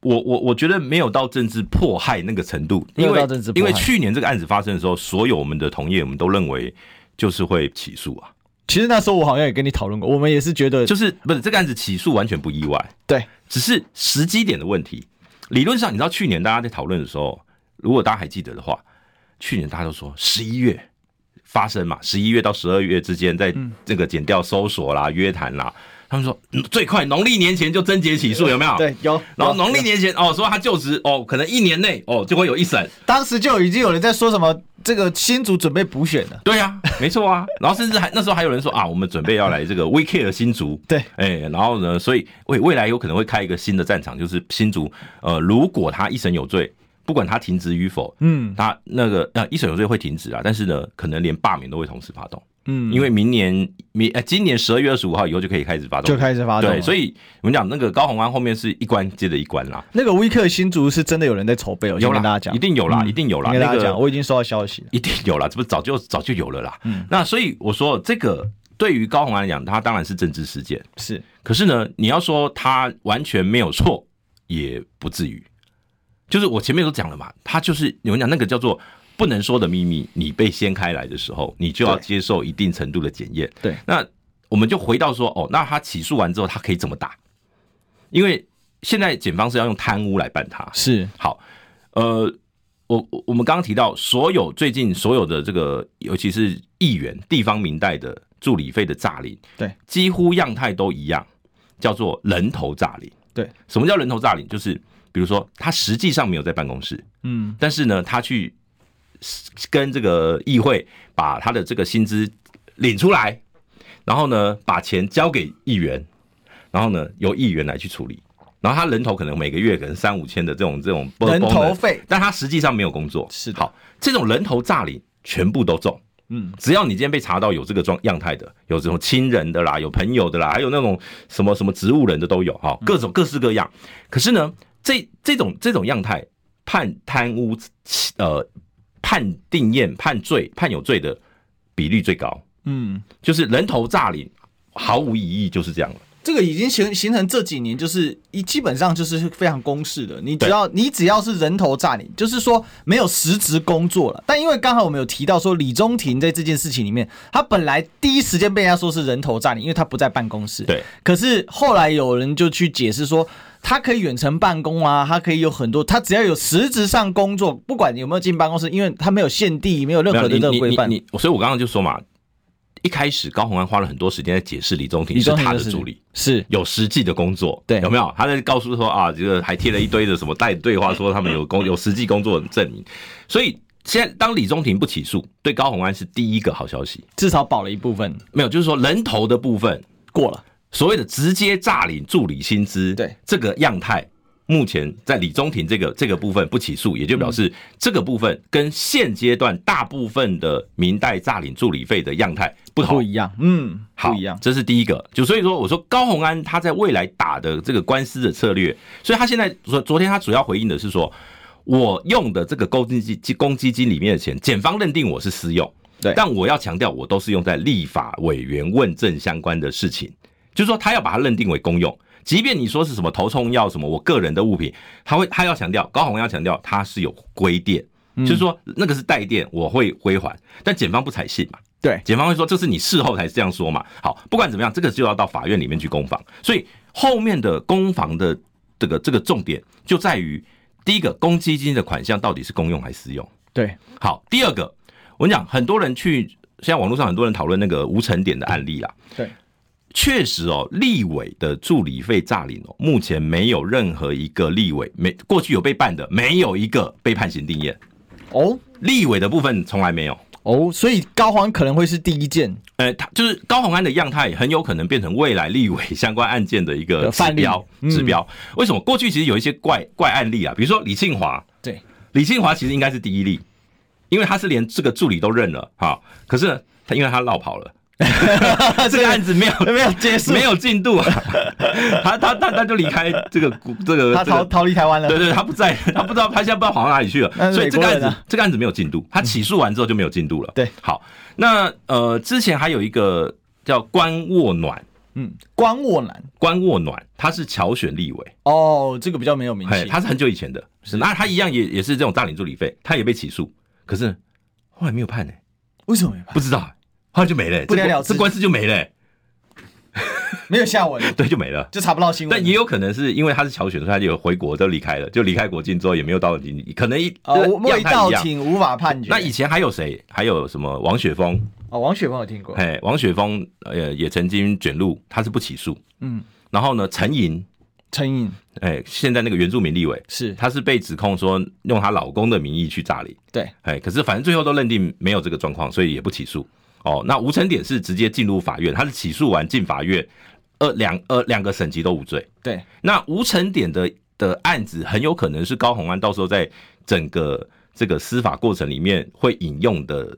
Speaker 3: 我我我觉得没有到政治迫害那个程度，因
Speaker 2: 没有
Speaker 3: 为
Speaker 2: 到政治迫
Speaker 3: 因
Speaker 2: 害
Speaker 3: 为去年这个案子发生的时候，所有我们的同业我们都认为就是会起诉啊，
Speaker 2: 其实那时候我好像也跟你讨论过，我们也是觉得
Speaker 3: 就是不是这个案子起诉完全不意外，
Speaker 2: 对，
Speaker 3: 只是时机点的问题。理论上，你知道去年大家在讨论的时候，如果大家还记得的话，去年大家都说十一月发生嘛，十一月到十二月之间，在这个减掉搜索啦、约谈啦，他们说嗯最快农历年前就侦结起诉，有没有？。
Speaker 2: 对有，
Speaker 3: 然后
Speaker 2: 有
Speaker 3: 农历年前哦，说他就职哦，可能一年内哦就会有一审。
Speaker 2: 当时就已经有人在说什么这个新竹准备补选了，
Speaker 3: 对呀、啊，没 错啊。然后甚至还那时候还有人说啊，我们准备要来这个 We Care 新竹。
Speaker 2: 嗯对
Speaker 3: 哎、然后呢，所以未未来有可能会开一个新的战场，就是新竹。呃，如果他一审有罪，不管它停职与否，
Speaker 2: 嗯
Speaker 3: 它那个呃一审有罪会停止啊，但是呢，可能连罢免都会同时发动，
Speaker 2: 嗯，
Speaker 3: 因为明年明呃今年十二月二十五号以后就可以开始发动，
Speaker 2: 就开始发动了，
Speaker 3: 对，所以我们讲那个高宏安后面是一关接着一关啦，
Speaker 2: 那个微克新竹是真的有人在筹备，我先
Speaker 3: 有
Speaker 2: 跟大家
Speaker 3: 啦，
Speaker 2: 讲，
Speaker 3: 一定有啦，
Speaker 2: 嗯
Speaker 3: 一定有啦，
Speaker 2: 跟大
Speaker 3: 那
Speaker 2: 家讲，
Speaker 3: 个
Speaker 2: 我已经收到消息了。
Speaker 3: 一定有啦，这不早就早就有了啦。
Speaker 2: 嗯
Speaker 3: 那所以我说这个对于高宏安来讲，他当然是政治事件，
Speaker 2: 是，
Speaker 3: 可是呢，你要说他完全没有错，也不至于。就是我前面都讲了嘛，他就是有人讲那个叫做不能说的秘密，你被掀开来的时候，你就要
Speaker 2: 对
Speaker 3: 接受一定程度的检验。
Speaker 2: 对
Speaker 3: 那我们就回到说，哦，那他起诉完之后，他可以怎么打？因为现在检方是要用贪污来办他，
Speaker 2: 是，
Speaker 3: 好，呃，我我我们刚刚提到，所有最近所有的这个，尤其是议员、地方民代的助理费的诈领，
Speaker 2: 对，
Speaker 3: 几乎样态都一样，叫做人头诈领。
Speaker 2: 对，
Speaker 3: 什么叫人头诈领？就是比如说他实际上没有在办公室，
Speaker 2: 嗯，
Speaker 3: 但是呢，他去跟这个议会把他的这个薪资领出来，然后呢，把钱交给议员，然后呢，由议员来去处理。然后他人头可能每个月可能三五千的这种这种
Speaker 2: 人头
Speaker 3: bonus
Speaker 2: 费
Speaker 3: 但他实际上没有工作。
Speaker 2: 是的
Speaker 3: 好，这种人头诈领全部都中。
Speaker 2: 嗯，
Speaker 3: 只要你今天被查到有这个状样态的，有这种亲人的啦，有朋友的啦，还有那种什么什么植物人的都有
Speaker 2: 嗯
Speaker 3: 哈，各种各式各样。可是呢，这这种这种样态判贪污呃判定验判罪判有罪的比率最高，
Speaker 2: 嗯，
Speaker 3: 就是人头诈领毫无疑义，就是这样了。
Speaker 2: 这个已经形形成这几年，就是一基本上就是非常公式的。你只
Speaker 3: 对
Speaker 2: 要你只要是人头诈领，就是说没有实质工作了。但因为刚好我们有提到说李宗廷在这件事情里面，他本来第一时间被人家说是人头诈领，因为他不在办公室。
Speaker 3: 对。
Speaker 2: 可是后来有人就去解释说，他可以远程办公啊，他可以有很多，他只要有实质上工作，不管有没有进办公室，因为他没有限地，没有任
Speaker 3: 没有
Speaker 2: 何的
Speaker 3: 你
Speaker 2: 这个
Speaker 3: 你
Speaker 2: 规范
Speaker 3: 你。你，所以我刚刚就说嘛，一开始高鸿安花了很多时间在解释李宗廷
Speaker 2: 李
Speaker 3: 是
Speaker 2: 宗廷
Speaker 3: 他
Speaker 2: 的
Speaker 3: 的
Speaker 2: 事情
Speaker 3: 助理。
Speaker 2: 是
Speaker 3: 有实际的工作，
Speaker 2: 对
Speaker 3: 有没有？他在告诉说啊，这个还贴了一堆的什么带对话，说他们有工 有实际工作的证明。所以现在当李宗廷不起诉，对高鸿安是第一个好消息。
Speaker 2: 至少保了一部分
Speaker 3: 没有，就是说人头的部分，
Speaker 2: 过了。
Speaker 3: 所谓的直接诈领助理薪资，
Speaker 2: 对
Speaker 3: 这个样态，目前在李宗廷这个这个部分不起诉，也就表
Speaker 2: 嗯
Speaker 3: 示这个部分跟现阶段大部分的明代诈领助理费的样态不同
Speaker 2: 不。一样，嗯，
Speaker 3: 好
Speaker 2: 不一样，
Speaker 3: 这是第一个。就所以说，我说高鸿安他在未来打的这个官司的策略，所以他现在昨昨天他主要回应的是说，我用的这个公积金公积金里面的钱，检方认定我是私用，
Speaker 2: 对
Speaker 3: 但我要强调，我都是用在立法委员问政相关的事情，就是说他要把它认定为公用。即便你说是什么头痛药什么我个人的物品，他会他要强调，高鸿要强调他是有归垫，就是说那个是带垫，我会归还，但检方不采信嘛，
Speaker 2: 对，
Speaker 3: 检方会说这是你事后才这样说嘛。好，不管怎么样，这个就要到法院里面去攻防。所以后面的攻防的这个这个重点就在于，第一个公积金的款项到底是公用还是私用？
Speaker 2: 对，
Speaker 3: 好，第二个，我跟你讲，很多人去现在网络上很多人讨论那个无尘点的案例啦。啊
Speaker 2: 对，
Speaker 3: 确实哦，立委的助理费诈领哦，目前没有任何一个立委没过去有被办的，没有一个被判刑定验。
Speaker 2: 哦
Speaker 3: 立委的部分从来没有。
Speaker 2: 哦，所以高黄可能会是第一件
Speaker 3: 呃，他就是高鸿安的样态，很有可能变成未来立委相关案件的一个
Speaker 2: 的
Speaker 3: 指
Speaker 2: 范例
Speaker 3: 标。
Speaker 2: 嗯
Speaker 3: 指标为什么过去其实有一些怪怪案例啊？比如说李庆华，
Speaker 2: 对，
Speaker 3: 李庆华其实应该是第一例，因为他是连这个助理都认了哈。可是呢他因为他绕 跑了，这个案子没有
Speaker 2: 没有结束，
Speaker 3: 没有进度啊， 他他他他就离开这个这个
Speaker 2: 他
Speaker 3: 这个
Speaker 2: 逃逃离台 湾了，
Speaker 3: 对对，他不在， 他不知道他现在不知道跑到哪里去
Speaker 2: 那
Speaker 3: 了，
Speaker 2: 是
Speaker 3: 所以这
Speaker 2: 美国
Speaker 3: 个案
Speaker 2: 人啊嗯
Speaker 3: 子这个案子没有进度，他起诉完之后就没有进度了。
Speaker 2: 对，
Speaker 3: 好，那呃之前还有一个叫关卧暖，
Speaker 2: 嗯，关沃南
Speaker 3: 关卧暖他是侨选立委，
Speaker 2: 哦，这个比较没有名
Speaker 3: 嘿，
Speaker 2: 气，
Speaker 3: 他是很久以前的，那他一样也也是这种大领助理费，他也被起诉，可是后来没有判呢、
Speaker 2: 为什么没办
Speaker 3: 不知道、后来就没了、
Speaker 2: 不了了
Speaker 3: 这官
Speaker 2: 之
Speaker 3: 这官司就没了、
Speaker 2: 没有下文，
Speaker 3: 对，就没了。
Speaker 2: 就查不到新闻
Speaker 3: 但。也有可能是因为他是侨选，所以他就回国都离开了，就离开国境之后也没有到你，可能一
Speaker 2: 呃，未
Speaker 3: 样态
Speaker 2: 到
Speaker 3: 一样
Speaker 2: 庭无法判决。
Speaker 3: 那以前还有谁？还有什么王雪峰？
Speaker 2: 哦，王雪峰有听过，
Speaker 3: 哎，王雪峰呃也曾经卷入，他是不起诉。
Speaker 2: 嗯，
Speaker 3: 然后呢，陈莹，
Speaker 2: 陈颖
Speaker 3: 哎，现在那个原住民立委，
Speaker 2: 是
Speaker 3: 她是被指控说用她老公的名义去诈领，
Speaker 2: 对，
Speaker 3: 哎，可是反正最后都认定没有这个状况，所以也不起诉。哦，那吴成典是直接进入法院，他是起诉完进法院，呃两呃两个省级都无罪。
Speaker 2: 对，
Speaker 3: 那吴成典的的案子，很有可能是高红安到时候在整个这个司法过程里面会引用的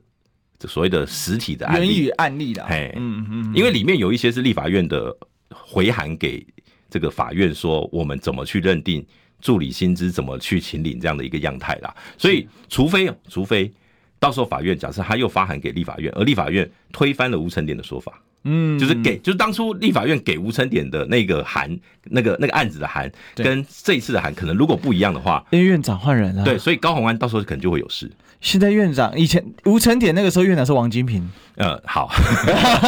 Speaker 3: 这所谓的实体的案
Speaker 2: 源于
Speaker 3: 例。
Speaker 2: 案例啦。
Speaker 3: 嘿
Speaker 2: 嗯嗯，
Speaker 3: 因为里面有一些是立法院的回函给这个法院说，我们怎么去认定助理薪资怎么去请领这样的一个样态啦。所以，除非除非到时候法院假设他又发函给立法院，而立法院推翻了吴成典的说法，嗯，就是给就是当初立法院给吴成典的那个函，那个那个案子的函
Speaker 2: 对
Speaker 3: 跟这一次的函可能如果不一样的话，
Speaker 2: 因为院长换人了。啊
Speaker 3: 对，，所以高鸿安到时候可能就会有事。
Speaker 2: 现在院长以前吴成典那个时候院长是王金平，
Speaker 3: 呃，好，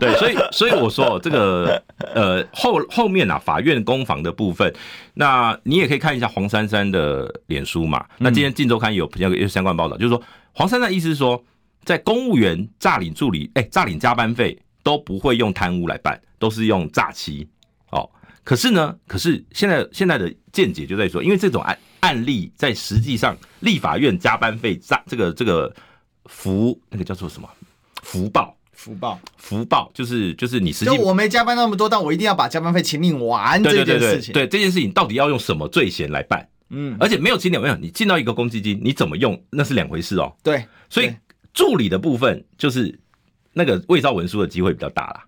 Speaker 3: 对，所以所以我说哦这个呃后后面啊，法院攻防的部分，那你也可以看一下黄珊珊的脸书嘛。那今天《镜周刊》有有有相关报道，就是说黄珊珊的意思是说，在公务员诈领助理，哎、诈领加班费都不会用贪污来办，都是用诈欺哦。可是呢，可是现在现在的见解就在说，因为这种案案例在实际上立法院加班费诈这个这个福那个叫做什么福报。
Speaker 1: 福报。
Speaker 3: 福报就是就是你实
Speaker 2: 就
Speaker 3: 际
Speaker 2: 我没加班那么多，但我一定要把加班费请你完
Speaker 3: 对
Speaker 2: 这
Speaker 3: 对
Speaker 2: 件
Speaker 3: 对
Speaker 2: 事
Speaker 3: 对
Speaker 2: 情。
Speaker 3: 对这件事情到底要用什么罪嫌来办？
Speaker 2: 嗯，
Speaker 3: 而且没有起点，没有你进到一个公积金，你怎么用那是两回事哦。
Speaker 2: 对，
Speaker 3: 所以
Speaker 2: 对
Speaker 3: 助理的部分就是那个伪造文书的机会比较大啦，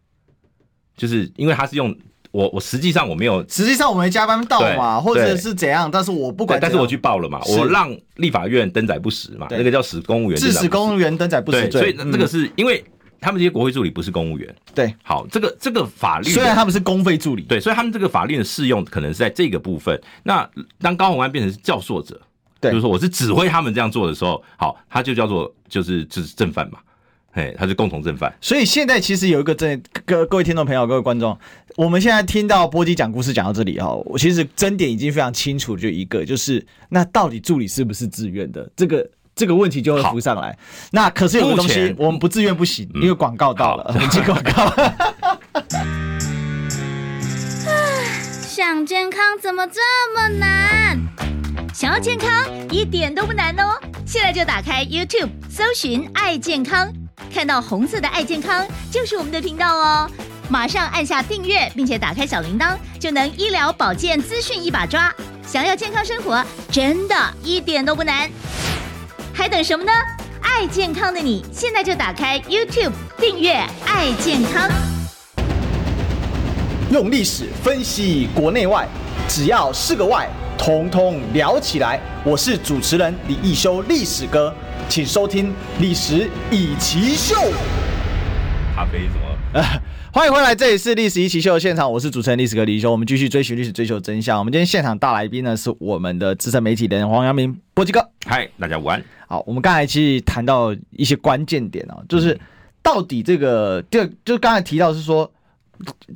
Speaker 3: 就是因为他是用我我实际上我没有
Speaker 2: 实际上我没加班到嘛，
Speaker 3: 对
Speaker 2: 或者是怎样，但是我不
Speaker 3: 对，
Speaker 2: 管怎
Speaker 3: 但
Speaker 2: 样，
Speaker 3: 是我去报了嘛，
Speaker 2: 是
Speaker 3: 我让立法院登载不实嘛，
Speaker 2: 对
Speaker 3: 那个叫使公务员
Speaker 2: 致使公
Speaker 3: 务
Speaker 2: 务员登载不实
Speaker 3: 对，
Speaker 2: 罪。
Speaker 3: 所以那这个
Speaker 2: 嗯
Speaker 3: 是因为他们这些国会助理不是公务员。
Speaker 2: 对，
Speaker 3: 好，这个这个法律的
Speaker 2: 虽然他们是公费助理，
Speaker 3: 对，所以他们这个法令的适用可能是在这个部分。那当高鸿安变成是教唆者，
Speaker 2: 对
Speaker 3: 就是说我是指挥他们这样做的时候，好，他就叫做就是就是正犯嘛，哎，他是共同正犯。
Speaker 2: 所以现在其实有一个真各各位听众朋友、各位观众，我们现在听到波基讲故事讲到这里哈，我其实争点已经非常清楚，就一个就是那到底助理是不是自愿的这个。这个问题就会浮上来。那可是有个东
Speaker 3: 目
Speaker 2: 西
Speaker 3: 前，
Speaker 2: 我们不自愿不行，因为广告到了， 我们进广告。
Speaker 4: 想健康怎么这么难？
Speaker 5: 想要健康一点都不难哦！现在就打开 YouTube 搜寻“爱健康”，看到红色的“爱健康”就是我们的频道哦。马上按下订阅，并且打开小铃铛，就能医疗保健资讯一把抓。想要健康生活，真的一点都不难，还等什么呢？爱健康的你，现在就打开 YouTube 订阅“爱健康”。
Speaker 1: 用历史分析国内外，只要是个“外”，统统聊起来。我是主持人李一修，历史哥，请收听《历史以奇秀》。
Speaker 3: 咖啡什么？
Speaker 2: 欢迎回来，这里是《历史一起秀》的现场，我是主持人历史哥李修。我们继续追寻历史，追求真相。我们今天现场大来宾呢是我们的资深媒体人黄阳明波基哥。
Speaker 3: 嗨，大家午安。
Speaker 2: 好，我们刚才其实谈到一些关键点哦，就是到底这个就就刚才提到是说，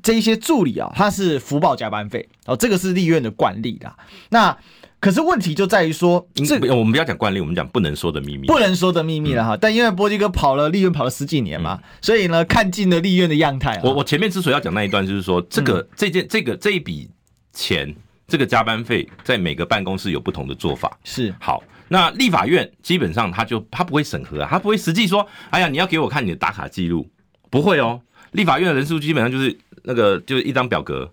Speaker 2: 这一些助理啊，他是福报加班费哦，这个是立院的惯例啦。那可是问题就在于说，这
Speaker 3: 这我们不要讲惯例，我们讲不能说的秘密。
Speaker 2: 不能说的秘密了哈。但因为波基哥跑了立院跑了十几年嘛，所以呢，看尽了立院的样态啊。
Speaker 3: 我我前面之所以要讲那一段，就是说这个、这件这个这一笔钱，这个加班费，在每个办公室有不同的做法。
Speaker 2: 是
Speaker 3: 好，那立法院基本上他就他不会审核啊，他不会实际说，哎呀，你要给我看你的打卡记录，不会哦。立法院的人数基本上就是那个就是一张表格，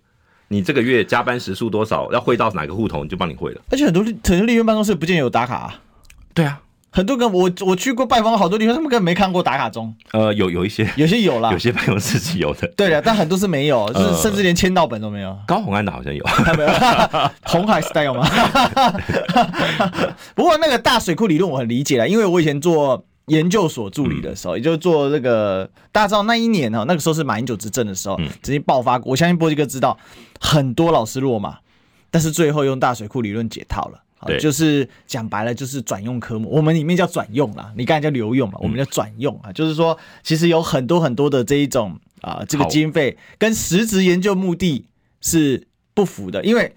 Speaker 3: 你这个月加班时数多少，要汇到哪个户头，你就帮你汇了。
Speaker 2: 而且很多立很多立院办公室不见有打卡、啊，
Speaker 3: 对啊，
Speaker 2: 很多个我我去过拜访好多地方，他们根本没看过打卡钟，
Speaker 3: 呃，有有一 些
Speaker 2: 有些有嗯啦
Speaker 3: 有，些办公室是有的，
Speaker 2: 对啊了，但很多是没有，就是甚至连签到本都没有。
Speaker 3: 高鸿安的好 像有，
Speaker 2: 没有， 红海 style 吗？不过那个大水库理论我很理解了，因为我以前做研究所助理的时候，也就是做那个大家知道那一年哦，那个时候是马英九执政的时候，直接爆发过。我相信波基哥知道，很多老师落马，但是最后用大水库理论解套了。好
Speaker 3: 对
Speaker 2: 就是讲白了，就是转用科目，我们里面叫转用啦，你刚才叫留用嘛，我们叫转用啊，就是说，其实有很多很多的这一种啊、这个
Speaker 3: 好
Speaker 2: 经费跟实质研究目的是不符的，因为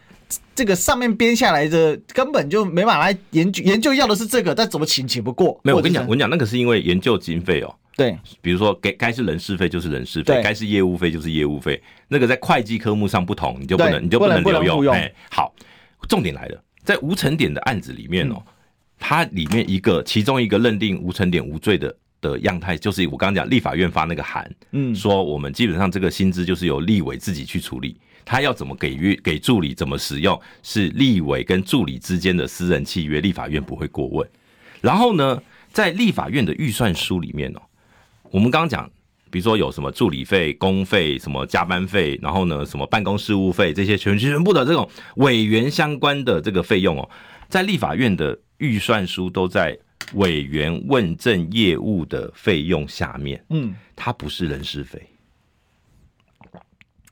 Speaker 2: 这个上面编下来的根本就没办法来研究，研究要的是这个，但怎么请请不过。
Speaker 3: 没有。我跟你讲，我
Speaker 2: 或者
Speaker 3: 跟你讲，那个是因为研究经费哦，
Speaker 2: 是，对
Speaker 3: 比如说给该是人事费就是人事
Speaker 2: 对
Speaker 3: 费，该是业务费就是业务费，那个在会计科目上不同，你就不
Speaker 2: 对
Speaker 3: 能你就
Speaker 2: 不能
Speaker 3: 能留
Speaker 2: 不能互
Speaker 3: 用。
Speaker 2: 用
Speaker 3: 哎，好，重点来了，在无成点的案子里面哦，
Speaker 2: 嗯
Speaker 3: 它里面一个其中一个认定无成点无罪的。的样态就是我刚刚讲，立法院发那个函，
Speaker 2: 嗯
Speaker 3: 说我们基本上这个薪资就是由立委自己去处理，他要怎么给约给助理怎么使用，是立委跟助理之间的私人契约，立法院不会过问。然后呢，在立法院的预算书里面哦，我们刚刚讲，比如说有什么助理费、工费、什么加班费，然后呢，什么办公事务费这些全全部的这种委员相关的这个费用哦，在立法院的预算书都在委员问政业务的费用下面，
Speaker 2: 嗯，
Speaker 3: 它不是人事费，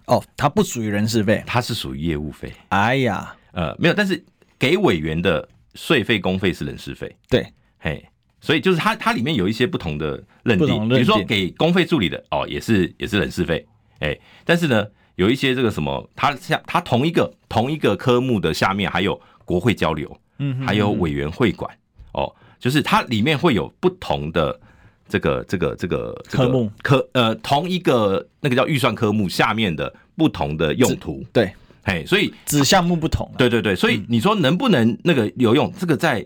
Speaker 2: 哦，它不属于人事费。
Speaker 3: 它是属于业务费。
Speaker 2: 哎呀，
Speaker 3: 呃，没有，但是给委员的税费、公费是人事费，
Speaker 2: 对，
Speaker 3: 嘿，所以就是它它里面有一些不同的认
Speaker 2: 不
Speaker 3: 定，
Speaker 2: 同认定
Speaker 3: 比如说给公费助理的哦，也是也是人事费，哎，但是呢，有一些这个什么，它下它同一个同一个科目的下面还有国会交流，
Speaker 2: 嗯哼
Speaker 3: 还有委员会馆哦，就是它里面会有不同的这个这个这个、这个、
Speaker 2: 科目
Speaker 3: 科呃同一个那个叫预算科目下面的不同的用途，
Speaker 2: 对，
Speaker 3: 嘿，所以
Speaker 2: 子项目不同、啊。
Speaker 3: 对对对，所以你说能不能那个有用？这个在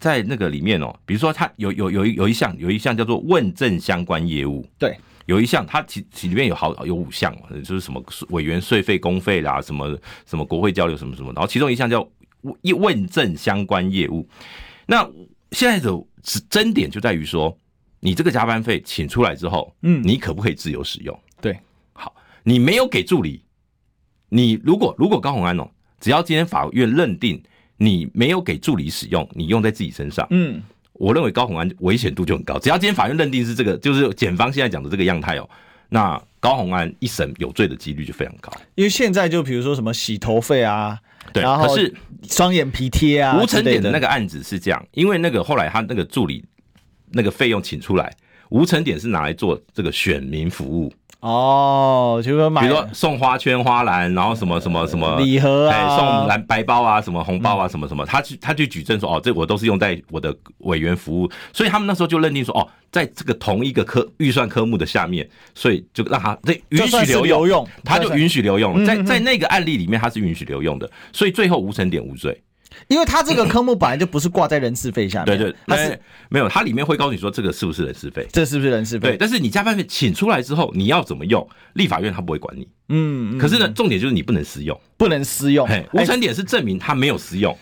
Speaker 3: 在那个里面哦，比如说它有有有一有一项有一项叫做问政相关业务，
Speaker 2: 对，
Speaker 3: 有一项它其其里面有好有五项哦，就是什么委员税费、公费啦，什么什么国会交流什么什么，然后其中一项叫问问政相关业务。那现在的争点就在于说，你这个加班费请出来之后，
Speaker 2: 嗯
Speaker 3: 你可不可以自由使用？
Speaker 2: 对，
Speaker 3: 好，你没有给助理，你如果如果高鸿安哦，只要今天法院认定你没有给助理使用，你用在自己身上，
Speaker 2: 嗯，
Speaker 3: 我认为高鸿安危险度就很高。只要今天法院认定是这个，就是检方现在讲的这个样态哦，那高鸿安一审有罪的几率就非常高。
Speaker 2: 因为现在就比如说什么洗头费啊，
Speaker 3: 对，
Speaker 2: 然后
Speaker 3: 可是
Speaker 2: 双眼皮贴啊，
Speaker 3: 吴成典的那
Speaker 2: 个，
Speaker 3: 个案子是这样，因为那个后来他那个助理那个费用请出来，吴成典是拿来做这个选民服务，
Speaker 2: 哦，就说买，
Speaker 3: 比如说送花圈、花篮，然后什么什么什么
Speaker 2: 礼盒啊嗯
Speaker 3: 哎，送蓝白包啊，什么红包啊，什么什么，他去他去举证说，哦，这我都是用在我的委员服务，所以他们那时候就认定说，哦，在这个同一个科预算科目的下面，所以就让他这允
Speaker 2: 就
Speaker 3: 许
Speaker 2: 算是
Speaker 3: 留
Speaker 2: 留
Speaker 3: 用
Speaker 2: 用，
Speaker 3: 他
Speaker 2: 就
Speaker 3: 就
Speaker 2: 算嗯
Speaker 3: 允许留用，在在那个案例里面，他是允许留用的，所以最后吴成典无罪。
Speaker 2: 因为它这个科目本来就不是挂在人事费下面，
Speaker 3: 对对，
Speaker 2: 它
Speaker 3: 但
Speaker 2: 是嗯
Speaker 3: 没有，它里面会告诉你说这个是不是人事费。
Speaker 2: 这是不是人事
Speaker 3: 对，
Speaker 2: 费？
Speaker 3: 但是你加班费请出来之后，你要怎么用，立法院他不会管你。
Speaker 2: 嗯，嗯
Speaker 3: 可是呢，重点就是你不能私用。
Speaker 2: 不能私用
Speaker 3: 嘿，。
Speaker 2: 哎
Speaker 3: 无成点是证明他没有私用，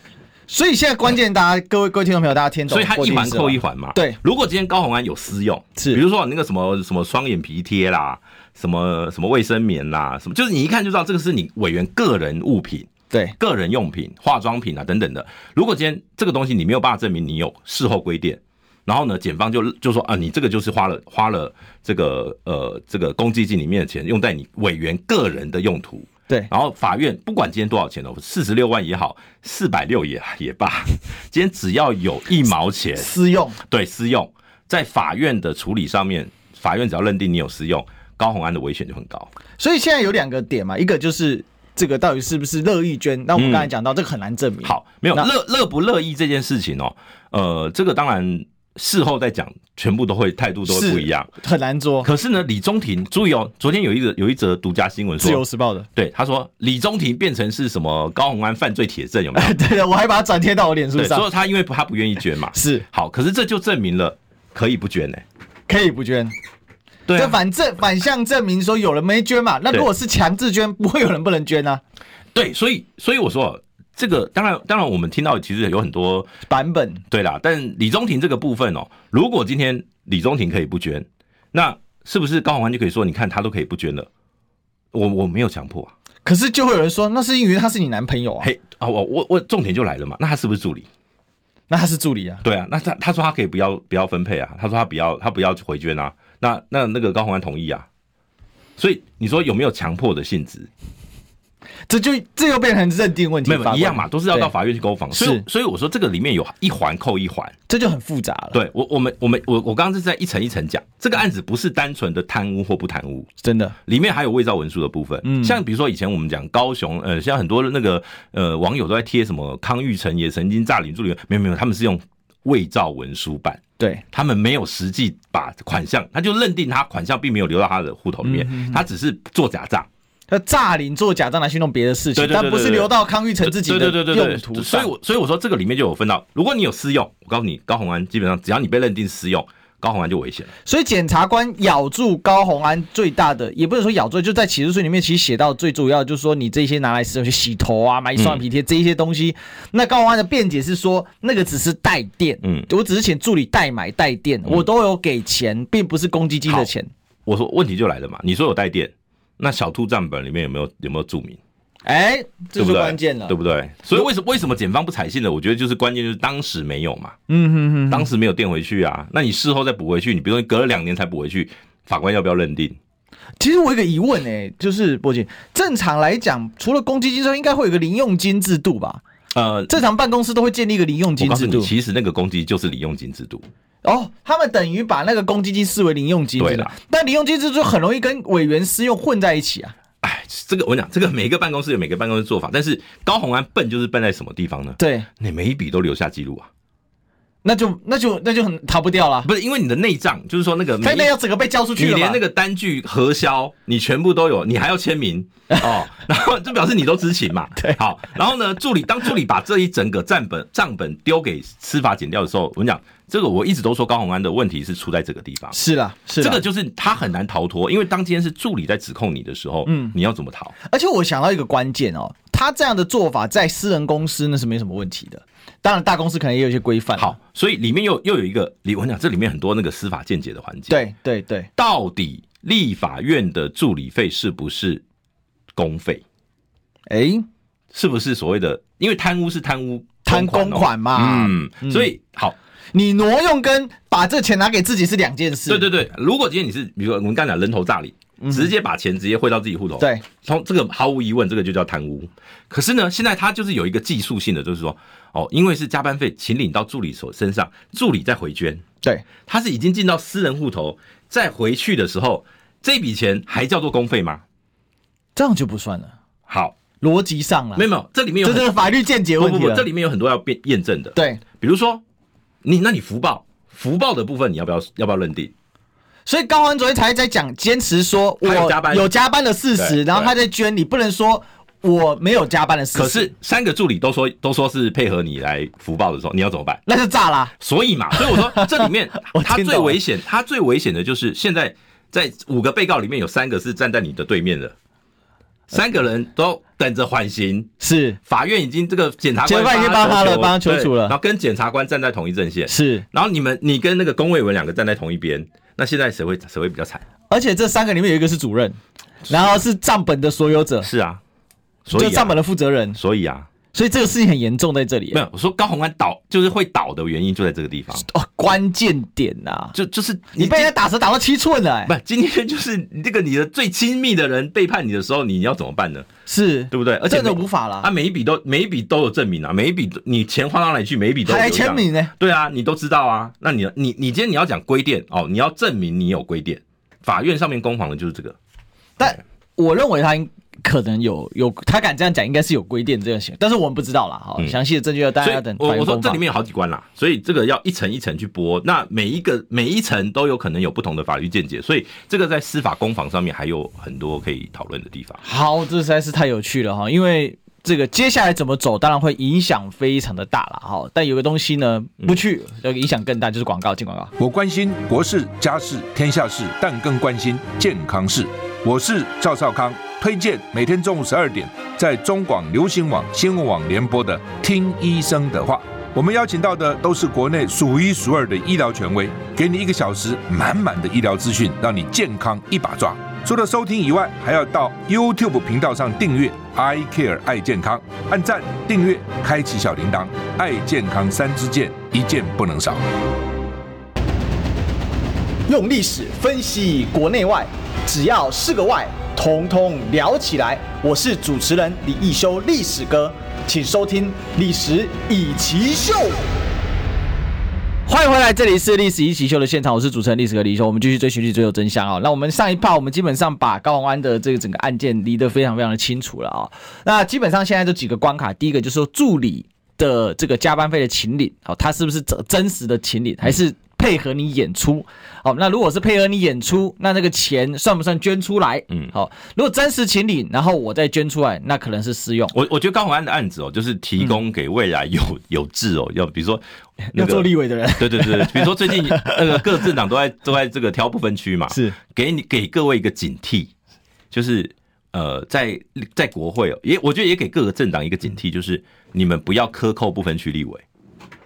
Speaker 2: 所以现在关键，大家各位各位听众朋友，大家听懂
Speaker 3: 所以
Speaker 2: 过去
Speaker 3: 他
Speaker 2: 式吧？
Speaker 3: 一环扣一环嘛。
Speaker 2: 啊对
Speaker 3: 如果今天高鸿安有私用，
Speaker 2: 是
Speaker 3: 比如说那个什么什么双眼皮贴啦，什么什么卫生棉啦，什么就是你一看就知道这个是你委员个人物品、
Speaker 2: 对，
Speaker 3: 个人用品、化妆品啊等等的。如果今天这个东西你没有办法证明你有事后规定。然后呢，检方就就说啊，你这个就是花了花了这个呃这个公积金里面的钱，用在你委员个人的用途，
Speaker 2: 对，
Speaker 3: 然后法院不管今天多少钱哦，四十六万也好，四百六也也罢， 今天只要有一毛钱
Speaker 2: 私用
Speaker 3: 对私用，在法院的处理上面，法院只要认定你有私用，高鸿安的危险就很高。
Speaker 2: 所以现在有两个点嘛，一个就是这个到底是不是乐意捐？那我们
Speaker 3: 嗯
Speaker 2: 刚才讲到，这个很难证明。，
Speaker 3: 好，没有
Speaker 2: 那
Speaker 3: 乐乐不乐意这件事情哦，呃，这个当然事后再讲，全部都会态度都会
Speaker 2: 是
Speaker 3: 不一样。
Speaker 2: 很难做。
Speaker 3: 可是呢，李宗廷注意哦，昨天有一个有一则独家新闻
Speaker 2: 自由
Speaker 3: 说，
Speaker 2: 时报的，
Speaker 3: 对他说李宗廷变成是什么高鸿安犯罪铁证 有没有？
Speaker 2: 对的，我还把它转贴到我脸书
Speaker 3: 对，所
Speaker 2: 上
Speaker 3: 以，他因为不他不愿意捐嘛，
Speaker 2: 是
Speaker 3: 好，可是这就证明了可以不捐呢、
Speaker 2: 可以不捐。
Speaker 3: 对啊
Speaker 2: 这反证反向证明说有人没捐嘛？那
Speaker 3: 对
Speaker 2: 如果是强制捐，不会有人不能捐啊？
Speaker 3: 对，所以所以我说这个当然当然我们听到其实有很多
Speaker 2: 版本
Speaker 3: 对啦，但李宗廷这个部分哦，如果今天李宗廷可以不捐，那是不是高宏安就可以说，你看他都可以不捐了？我我没有强迫啊，
Speaker 2: 可是就会有人说，那是因为他是你男朋友啊，
Speaker 3: 嘿啊，我我我重点就来了嘛，那他是不是助理？
Speaker 2: 那他是助理啊，
Speaker 3: 对啊，那他他说他可以不要不要分配啊，他说他不要他不要回捐啊，那那那个高宏安同意啊，所以你说有没有强迫的性质？
Speaker 2: 这就这又变成认定问题
Speaker 3: 没
Speaker 2: 法
Speaker 3: 有
Speaker 2: 官，
Speaker 3: 一样嘛，都是要到法院去攻防。所以
Speaker 2: 是，
Speaker 3: 所以我说这个里面有一环扣一环。
Speaker 2: 对，这就很复杂了。，
Speaker 3: 对我，我们，我们，我，我刚刚是在一层一层讲，这个案子不是单纯的贪污或不贪污，
Speaker 2: 真的
Speaker 3: 里面还有伪造文书的部分。
Speaker 2: 嗯
Speaker 3: 像比如说以前我们讲高雄，呃，像很多那个呃网友都在贴什么康裕成也曾经诈领助理，没有没有，他们是用伪造文书办。
Speaker 2: 对，
Speaker 3: 他们没有实际把款项，他就认定他款项并没有流到他的户头里面，
Speaker 2: 嗯
Speaker 3: 他只是做假账。
Speaker 2: 他诈领做假账来去弄别的事情
Speaker 3: 对，对对
Speaker 2: 但不是
Speaker 3: 对对
Speaker 2: 留到康玉成自己的
Speaker 3: 对对对对
Speaker 2: 用
Speaker 3: 对
Speaker 2: 途上
Speaker 3: 所以我所以我说这个里面就有分到，如果你有私用，我告诉你，高宏安基本上只要你被认定私用，高红安就危险了。
Speaker 2: 所以检察官咬住高红安最大的，也不能说咬住，就在起诉书里面其实写到最主要就是说你这些拿来使用去洗头啊、买双眼皮贴这一些东
Speaker 3: 嗯
Speaker 2: 西。那高红安的辩解是说，那个只是代垫，
Speaker 3: 嗯
Speaker 2: 我只是请助理代买代垫，我都有给钱，并不是公积金的钱。
Speaker 3: 我说问题就来了嘛，你说有带电，那小兔账本里面有没有有没有注明？
Speaker 2: 哎、这
Speaker 3: 对
Speaker 2: 就
Speaker 3: 不对？
Speaker 2: 关键了，
Speaker 3: 对不对？所以为什么为什么检方不采信的？我觉得就是关键就是当时没有嘛，
Speaker 2: 嗯哼哼，
Speaker 3: 当时没有垫回去啊。那你事后再补回去，你比如说你隔了两年才补回去，法官要不要认定？
Speaker 2: 其实我有个疑问哎、就是波姐，正常来讲，除了公积金之外，应该会有个零用金制度吧？
Speaker 3: 呃，
Speaker 2: 正常办公室都会建立一个零用
Speaker 3: 我
Speaker 2: 金
Speaker 3: 告诉
Speaker 2: 制
Speaker 3: 你，
Speaker 2: 度。
Speaker 3: 其实那个公积就是零用金制度，
Speaker 2: 哦，他们等于把那个公积金视为零用金，
Speaker 3: 对啊
Speaker 2: 是吧
Speaker 3: 啦
Speaker 2: 但零用金制度很容易跟委员私用混在一起啊。
Speaker 3: 哎，这个我跟你讲，这个每个办公室有每个办公室做法，但是高红安笨就是笨在什么地方呢？
Speaker 2: 对，
Speaker 3: 你每一笔都留下记录啊，
Speaker 2: 那就那就那就很逃不掉了。
Speaker 3: 不是因为你的内账，就是说那个每
Speaker 2: 非
Speaker 3: 一
Speaker 2: 得要整个被交出去
Speaker 3: 你
Speaker 2: 了吧
Speaker 3: 连那个单据核销，你全部都有，你还要 签名哦，然后就表示你都知情嘛。对，好，然后呢，助理当助理把这一整个账本账本丢给司法检调的时候，我跟你讲，这个我一直都说高洪安的问题是出在这个地方，
Speaker 2: 是啦，是啦
Speaker 3: 这个就是他很难逃脱，因为当今天是助理在指控你的时候，嗯，你要怎么逃？
Speaker 2: 而且我想到一个关键哦，他这样的做法在私人公司那是没什么问题的，当然大公司可能也有一些规范。，
Speaker 3: 好，所以里面又又有一个，我跟你讲，这里面很多那个司法见解的环节，，
Speaker 2: 对对对，
Speaker 3: 到底立法院的助理费是不是公费？
Speaker 2: 哎，
Speaker 3: 是不是所谓的？因为贪污是贪污、
Speaker 2: 贪公
Speaker 3: 哦
Speaker 2: 款嘛，
Speaker 3: 嗯，所以好，
Speaker 2: 你挪用跟把这钱拿给自己是两件事。
Speaker 3: 对对对，如果今天你是，比如说我们刚才讲人头诈领，直接把钱直接汇到自己户头，
Speaker 2: 对，
Speaker 3: 从这个毫无疑问，这个就叫贪污。可是呢，现在它就是有一个技术性的，就是说，哦，因为是加班费，请领到助理手身上，助理再回捐，
Speaker 2: 对
Speaker 3: 它是已经进到私人户头，再回去的时候，这笔钱还叫做公费吗？
Speaker 2: 这样就不算了，
Speaker 3: 好，
Speaker 2: 逻辑上了，
Speaker 3: 没有没有，这里面有
Speaker 2: 这
Speaker 3: 很
Speaker 2: 就是法律见解
Speaker 3: 不
Speaker 2: 问
Speaker 3: 不
Speaker 2: 题啊
Speaker 3: 不，
Speaker 2: 了。
Speaker 3: 这里面有很多要辨验证的，
Speaker 2: 对，
Speaker 3: 比如说，你那你福报福报的部分，你要不要要不要认定？
Speaker 2: 所以高安昨天才在讲，坚持说我
Speaker 3: 他有加班
Speaker 2: 有加班的事实，
Speaker 3: 对
Speaker 2: 然后他在捐，你不能说我没有加班的事实，
Speaker 3: 可是三个助理都说都说是配合你来福报的时候，你要怎么办？
Speaker 2: 那就炸啦。
Speaker 3: 所以嘛，所以我 说这里面
Speaker 2: 我
Speaker 3: 它
Speaker 2: 听懂
Speaker 3: 最
Speaker 2: 了
Speaker 3: 危险，它最危险的就是现在在五个被告里面有三个是站在你的对面的，三个人都等着缓刑。
Speaker 2: 是
Speaker 3: 法院已经这个检察官
Speaker 2: 检察官已经帮他了
Speaker 3: 求
Speaker 2: 帮他求
Speaker 3: 对
Speaker 2: 处了
Speaker 3: 然后跟检察官站在同一阵线，
Speaker 2: 是，
Speaker 3: 然后你们你跟那个龚卫文两个站在同一边，那现在谁会谁会比较惨？
Speaker 2: 而且这三个里面有一个是主任，然后是账本的所有者，
Speaker 3: 是啊，所
Speaker 2: 就
Speaker 3: 以
Speaker 2: 账
Speaker 3: 啊
Speaker 2: 本，的负责人，
Speaker 3: 所以啊，
Speaker 2: 所以这个事情很严重在这里
Speaker 3: 没。有我说高宏安倒就是会倒的原因就在这个地方，
Speaker 2: 哦，关键点呐、
Speaker 3: 就就是
Speaker 2: 你被人家打折打到七寸了、哎
Speaker 3: 不，今天就是你这个你的最亲密的人背叛你的时候，你要怎么办呢？
Speaker 2: 是，
Speaker 3: 对不对？而且
Speaker 2: 这就
Speaker 3: 每
Speaker 2: 无法了
Speaker 3: 啊，每一笔都每一笔都有证明啊，每一笔都你钱花到哪里去，每一笔都有
Speaker 2: 还
Speaker 3: 留下
Speaker 2: 签名呢。
Speaker 3: 对啊，你都知道啊。那你你你今天你要讲规电哦，你要证明你有规电，法院上面公房的就是这个。
Speaker 2: 但我认为他应可能有有，他敢这样讲，应该是有规定这个行为，但是我们不知道啦。好，
Speaker 3: 嗯
Speaker 2: 详细的证据要大
Speaker 3: 所
Speaker 2: 家
Speaker 3: 以
Speaker 2: 要等
Speaker 3: 我
Speaker 2: 法院
Speaker 3: 我说
Speaker 2: 公
Speaker 3: 这
Speaker 2: 放
Speaker 3: 里面有好几关啦，所以这个要一层一层去剥。那每一个每一层都有可能有不同的法律见解，所以这个在司法公房上面还有很多可以讨论的地方。
Speaker 2: 好，这实在是太有趣了哈，因为。这个接下来怎么走，当然会影响非常的大了哈。但有个东西呢，
Speaker 3: 嗯
Speaker 2: 不去，要影响更大，就是广告，进广告。
Speaker 6: 我关心国事、家事、天下事，但更关心健康事。我是赵少康，推荐每天中午十二点在中广流行网、新闻网联播的《听医生的话》。我们邀请到的都是国内数一数二的医疗权威，给你一个小时满满的医疗资讯，让你健康一把抓。除了收听以外，还要到 YouTube 频道上订阅 “I Care 爱健康”，按赞、订阅、开启小铃铛，爱健康三支箭，一件不能少。
Speaker 1: 用历史分析国内外，只要是个“外”，统统聊起来。我是主持人李一修，历史哥，请收听《历史以奇秀》。
Speaker 2: 欢迎回来，这里是《历史一起秀》的现场，我是主持人历史和李修，我们继续追寻历史，追求真相啊、那我们上一趴，我们基本上把高宏安的这个整个案件理得非常非常的清楚了啊、那基本上现在这几个关卡，第一个哦嗯就是说助理的这个加班费的请领，好、他是不是真真实的请领，还是？配合你演出。好，那如果是配合你演出，那那个钱算不算捐出来？
Speaker 3: 嗯
Speaker 2: 好，如果真实请领，然后我再捐出来，那可能是私用。
Speaker 3: 我我觉得高宏安的案子哦，就是提供给未来有有志哦，要比如说那
Speaker 2: 嗯要做
Speaker 3: 个。
Speaker 2: 立委的人
Speaker 3: 对对对，比如说最近那个各政党都在都在这个挑不分区嘛，
Speaker 2: 是
Speaker 3: 给你给各位一个警惕，就是呃，在在国会哦，也我觉得也给各个政党一个警惕，就是你们不要克扣不分区立委，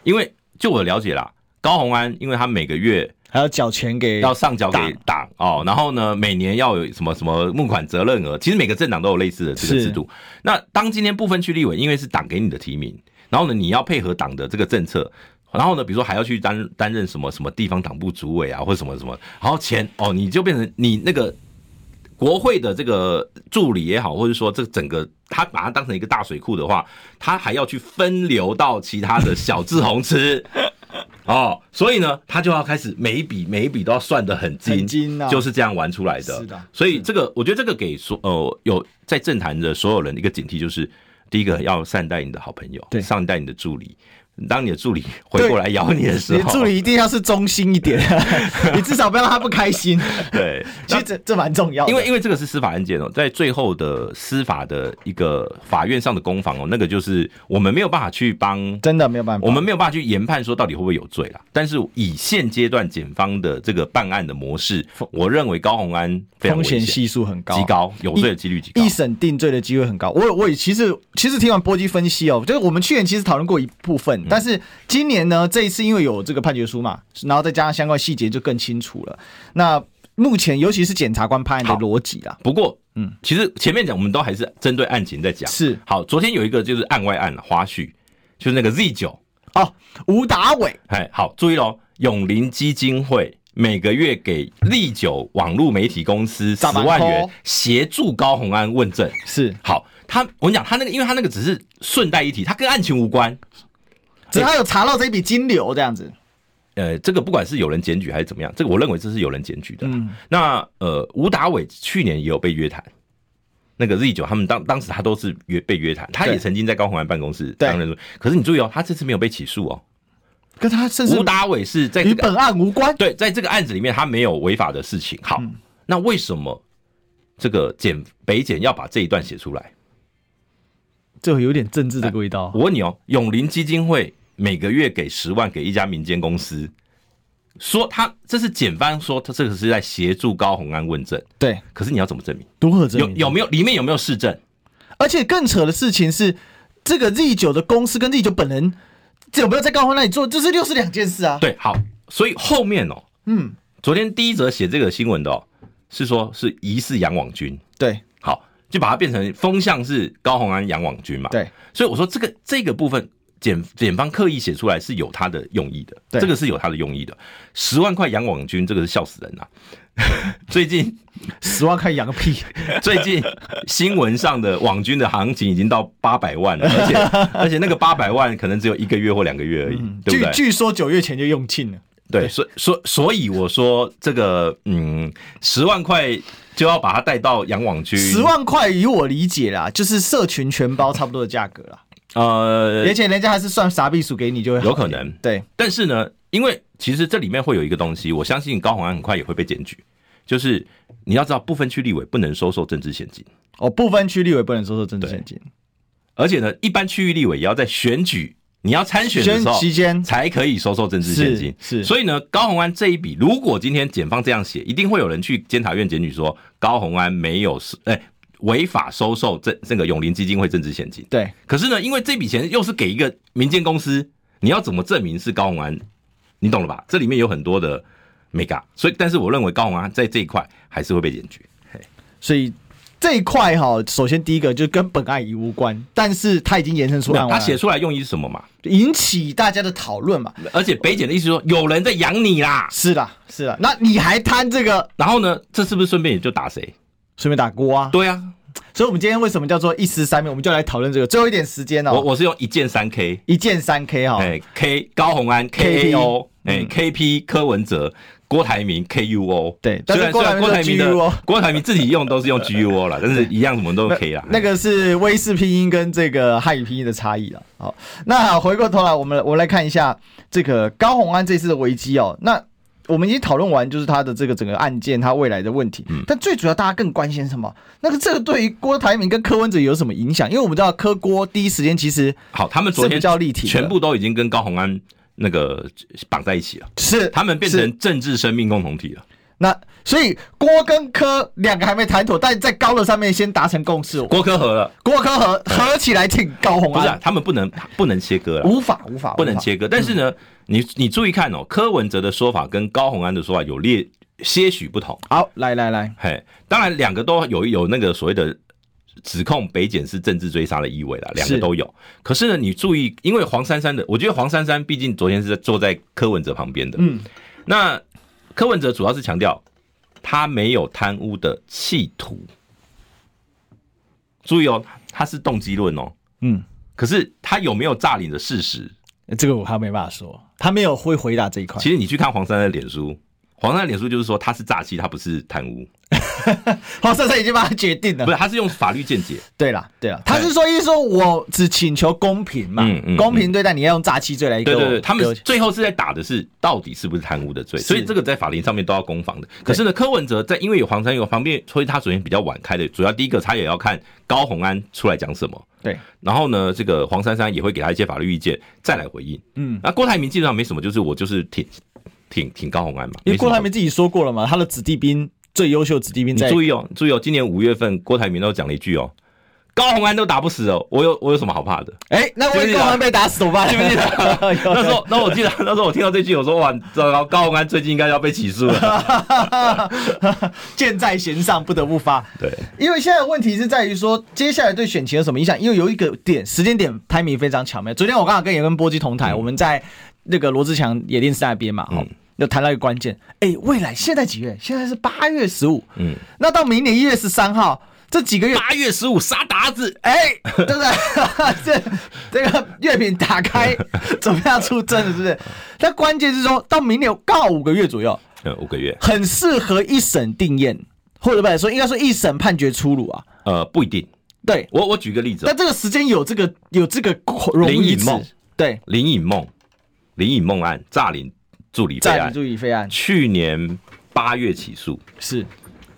Speaker 3: 因为就我了解啦，高鸿安因为他每个月
Speaker 2: 还要缴钱给
Speaker 3: 要上缴给党哦，然后呢，每年要有什么什么募款责任额，其实每个政党都有类似的这个
Speaker 2: 是
Speaker 3: 制度。那当今天不分区立委，因为是党给你的提名，然后呢，你要配合党的这个政策。然后呢，比如说还要去担担任什么什么地方党部主委啊，或者什么什么，然后钱哦，你就变成你那个国会的这个助理也好，或者说这整个他把它当成一个大水库的话，他还要去分流到其他的小志 红吃。哦，所以呢，他就要开始每一笔每一笔都要算得很精，
Speaker 2: 很精啊
Speaker 3: 就是这样玩出来的。
Speaker 2: 是的
Speaker 3: 所以这个我觉得这个给所呃有在政坛的所有人一个警惕，就是第一个要善待你的好朋友，
Speaker 2: 对
Speaker 3: 善待你的助理。当你的助理回过来咬你的时
Speaker 2: 你
Speaker 3: 候，
Speaker 2: 的助理一定要是忠心一 点，你至少不要让他不开心。
Speaker 3: 对，
Speaker 2: 其实这这蛮重要的，
Speaker 3: 因为因为这个是司法案件哦，在最后的司法的一个法院上的攻防哦，那个就是我们没有办法去帮，
Speaker 2: 真的没有办法，
Speaker 3: 我们没有办法去研判说到底会不会有罪啦。但是以现阶段检方的这个办案的模式，我认为高鸿安非常
Speaker 2: 风
Speaker 3: 危
Speaker 2: 险
Speaker 3: 险
Speaker 2: 系数很高，
Speaker 3: 极高，有罪的几率极高
Speaker 2: 一。审定罪的机会很高。我我也其实其实听完波基分析哦，就是我们去年其实讨论过一部
Speaker 3: 嗯
Speaker 2: 分，但是今年呢，这一次因为有这个判决书嘛，然后再加上相关细节就更清楚了。那目前尤其是检察官判案的
Speaker 3: 好
Speaker 2: 逻辑啦，
Speaker 3: 不过，
Speaker 2: 嗯
Speaker 3: 嗯，其实前面讲我们都还是针对案情在讲。
Speaker 2: 是
Speaker 3: 好，昨天有一个就是案外案了，花絮，就是那个 Z 九，
Speaker 2: 哦，吴达伟
Speaker 3: 哎，好，注意喽，永林基金会每个月给历久网络媒体公司十
Speaker 2: 大阪
Speaker 3: 万元
Speaker 2: 扣
Speaker 3: 协助高鸿安问政。
Speaker 2: 是，
Speaker 3: 好，他我跟你讲，他那个，因为他那个只是顺带一提，他跟案情无关。
Speaker 2: 只要他有查到这一笔金流这样子，
Speaker 3: 呃，这个不管是有人检举还是怎么样，这个我认为这是有人检举的啦。
Speaker 2: 嗯
Speaker 3: 那呃，吴达伟去年也有被约谈，那个 Z 九他们当当时他都是约被约谈，他
Speaker 2: 对
Speaker 3: 也曾经在高鸿安办公室
Speaker 2: 对
Speaker 3: 担任。可是你注意哦，他这次没有被起诉哦。
Speaker 2: 跟他甚至
Speaker 3: 吴达伟是在这
Speaker 2: 与
Speaker 3: 个
Speaker 2: 本案无关。
Speaker 3: 对，在这个案子里面他没有违法的事情。
Speaker 2: 嗯
Speaker 3: 好，那为什么这个检北检要把这一段写出来？
Speaker 2: 这有点政治的味道。
Speaker 3: 我问你哦，永林基金会每个月给十万给一家民间公司，说他这是检方说他这个是在协助高鸿安问政，
Speaker 2: 对，
Speaker 3: 可是你要怎么证明？
Speaker 2: 如何证
Speaker 3: 有
Speaker 2: 明？
Speaker 3: 有没有里面有没有市政？
Speaker 2: 而且更扯的事情是，这个 Z 九的公司跟 Z 九本人这有没有在高欢那里做，这是又是两件事啊。
Speaker 3: 对，好，所以后面哦，
Speaker 2: 嗯，
Speaker 3: 昨天第一则写这个新闻的哦，是说是疑似杨网军，
Speaker 2: 对
Speaker 3: 好，就把它变成风向是高鸿安杨网军嘛，
Speaker 2: 对，
Speaker 3: 所以我说这个这个部分检检方刻意写出来是有它的用意
Speaker 2: 对
Speaker 3: 的，这个是有它的用意的。十万块养网军，这个是笑死人啦、 最近
Speaker 2: 十万块养个屁，
Speaker 3: 最近新闻上的网军的行情已经到八百万了，而且而且那个八百万可能只有一个月或两个月而已，对不
Speaker 2: 据
Speaker 3: 对？
Speaker 2: 据说九月前就用尽了。
Speaker 3: 对，所所所以我说这个嗯，十万块就要把它带到养网军，
Speaker 2: 十万块，以我理解啦，就是社群全包差不多的价格啦，
Speaker 3: 呃
Speaker 2: 而且人家还是算傻避暑给你，就会好
Speaker 3: 有可能，
Speaker 2: 对
Speaker 3: 但是呢，因为其实这里面会有一个东西，我相信高鸿安很快也会被检举，就是你要知道，不分区立委不能收受政治现金，
Speaker 2: 哦，不分区立委不能收受政治现金，
Speaker 3: 而且呢，一般区域立委也要在选举。你要参选的时候
Speaker 2: 选期间
Speaker 3: 才可以收受政治现金，
Speaker 2: 是是
Speaker 3: 所以呢，高鸿安这一笔，如果今天检方这样写，一定会有人去监察院检举说高鸿安没有收，哎、违法收受这这个永林基金会政治现金。
Speaker 2: 对，
Speaker 3: 可是呢，因为这笔钱又是给一个民间公司，你要怎么证明是高鸿安？你懂了吧？这里面有很多的 mega，所以但是我认为高鸿安在这一块还是会被检举。
Speaker 2: 所以。这一块哈，首先第一个就跟本案已无关，但是他已经延伸出
Speaker 3: 没
Speaker 2: 案
Speaker 3: 有
Speaker 2: 外
Speaker 3: 他
Speaker 2: 了，
Speaker 3: 写出来用意是什么嘛？
Speaker 2: 引起大家的讨论嘛。
Speaker 3: 而且北检的意思说有人在养你啦。
Speaker 2: 是啦，是啦，那你还贪这个，
Speaker 3: 然后呢，这是不是顺便也就打谁？
Speaker 2: 顺便打锅啊。
Speaker 3: 对啊，
Speaker 2: 所以，我们今天为什么叫做一尸三命？我们就来讨论这个。最后一点时间哦，
Speaker 3: 我我是用一键三 K，
Speaker 2: 一键三 K 哈、
Speaker 3: 哎，K 高鸿安
Speaker 2: KP
Speaker 3: KAO，
Speaker 2: 嗯
Speaker 3: 哎 KP 柯文哲。郭台铭 KUO
Speaker 2: 对但
Speaker 3: 虽
Speaker 2: 是
Speaker 3: 然
Speaker 2: 郭
Speaker 3: 虽
Speaker 2: 台铭
Speaker 3: 然郭台铭
Speaker 2: 都是 GUO
Speaker 3: 的郭台铭自己用都是用 GUO 啦，但是一样什么都 K 啦。
Speaker 2: 那个是威士拼音跟这个汉语拼音的差异了。好，那回过头来，我们我们来看一下这个高洪安这次的危机哦。那我们已经讨论完，就是他的这个整个案件，他未来的问题。
Speaker 3: 嗯
Speaker 2: 但最主要，大家更关心什么？那个这个对于郭台铭跟柯文哲有什么影响？因为我们知道柯郭第一时间其实
Speaker 3: 哎好，他们昨
Speaker 2: 是
Speaker 3: 天
Speaker 2: 比较立体的，
Speaker 3: 全部都已经跟高鸿安那个绑在一起了，
Speaker 2: 是
Speaker 3: 他们变
Speaker 2: 是
Speaker 3: 成政治生命共同体了。
Speaker 2: 那，所以郭跟柯两个还没谈妥，但在高的上面先达成共识。
Speaker 3: 郭科和了，
Speaker 2: 郭柯合合起来挺高红
Speaker 3: 不是、啊
Speaker 2: 安，，
Speaker 3: 他们不能不能切割了。
Speaker 2: 无法无法
Speaker 3: 不能
Speaker 2: 无法
Speaker 3: 切割，但是呢，你你注意看哦，柯文哲的说法跟高鸿安的说法有列些许不同。
Speaker 2: 好，来来来，
Speaker 3: 嘿，当然两个都有有那个所谓的指控北检是政治追杀的意味啦，两个
Speaker 2: 是
Speaker 3: 都有。可是呢，你注意，因为黄珊珊的，我觉得黄珊珊毕竟昨天是坐在柯文哲旁边的，
Speaker 2: 嗯，
Speaker 3: 那柯文哲主要是强调他没有贪污的企图，注意哦，他是动机论哦，
Speaker 2: 嗯，
Speaker 3: 可是他有没有诈领的事实？
Speaker 2: 这个我还没办法说，他没有会回答这一块。
Speaker 3: 其实你去看黄珊珊的脸书，黄珊珊的脸书就是说他是诈欺，他不是贪污，
Speaker 2: 黄珊珊已经帮他决定了
Speaker 3: 不，是，他是用法律见解。
Speaker 2: 对啦对啦，他是说，意思说我只请求公平嘛
Speaker 3: 嗯嗯，
Speaker 2: 公平对待，你要用诈欺罪来给
Speaker 3: 对
Speaker 2: 我
Speaker 3: 对对，他
Speaker 2: 给我
Speaker 3: 们最后是在打的是到底是不是贪污的罪，
Speaker 2: 是
Speaker 3: 所以这个在法庭上面都要攻防的。可是呢，柯文哲在因为有黄珊珊有旁边，所以他昨天比较晚开的，主要第一个他也要看高红安出来讲什么，
Speaker 2: 对，
Speaker 3: 然后呢，这个黄珊珊也会给他一些法律意见，再来回应。
Speaker 2: 嗯，
Speaker 3: 那郭台铭基本上没什么，就是我就是挺挺挺高红安嘛，
Speaker 2: 因为
Speaker 3: 没什么
Speaker 2: 哎郭台铭自己说过了嘛，他的子弟兵最优秀子弟兵
Speaker 3: 你
Speaker 2: 在
Speaker 3: 注意哦，注意哦，今年五月份郭台铭都讲了一句哦，高红安都打不死哦，我有我有什么好怕的？
Speaker 2: 哎，那
Speaker 3: 记不
Speaker 2: 万
Speaker 3: 记
Speaker 2: 一
Speaker 3: 得
Speaker 2: 高安被打死怎么办？
Speaker 3: 记不记得
Speaker 2: 有
Speaker 3: 那时候，那我记得那时候我听到这句，我说哇，糟糕，高红安最近应该要被起诉了。
Speaker 2: 箭在弦上，不得不发。
Speaker 3: 对，
Speaker 2: 因为现在的问题是在于说，接下来对选情有什么影响？因为有一个点时间点 timing 非常巧妙。昨天我刚好跟也跟波基同台，我们在那个罗志强野电视那边嘛，
Speaker 3: 嗯
Speaker 2: 哦，就谈到一个关键，哎，未来现在几月？现在是八月十五，
Speaker 3: 嗯，
Speaker 2: 那到明年一月十三号这几个月。
Speaker 3: 八月十五杀达子，
Speaker 2: 哎，对 不对？这这个月饼打开，怎么样出征了？是不是？但关键是说到明年刚好五个月左右，
Speaker 3: 嗯，五个月，
Speaker 2: 很适合一审定验，或者不是说应该说一审判决出炉啊。
Speaker 3: 呃，不一定。
Speaker 2: 对，
Speaker 3: 我我举个例子哦
Speaker 2: 但，这个时间有这个有这个容易
Speaker 3: 林以梦
Speaker 2: 值，对，
Speaker 3: 林颖梦，林颖梦案诈领助理费
Speaker 2: 暂停
Speaker 3: 案，
Speaker 2: 注意费案
Speaker 3: 去年八月起诉，
Speaker 2: 是，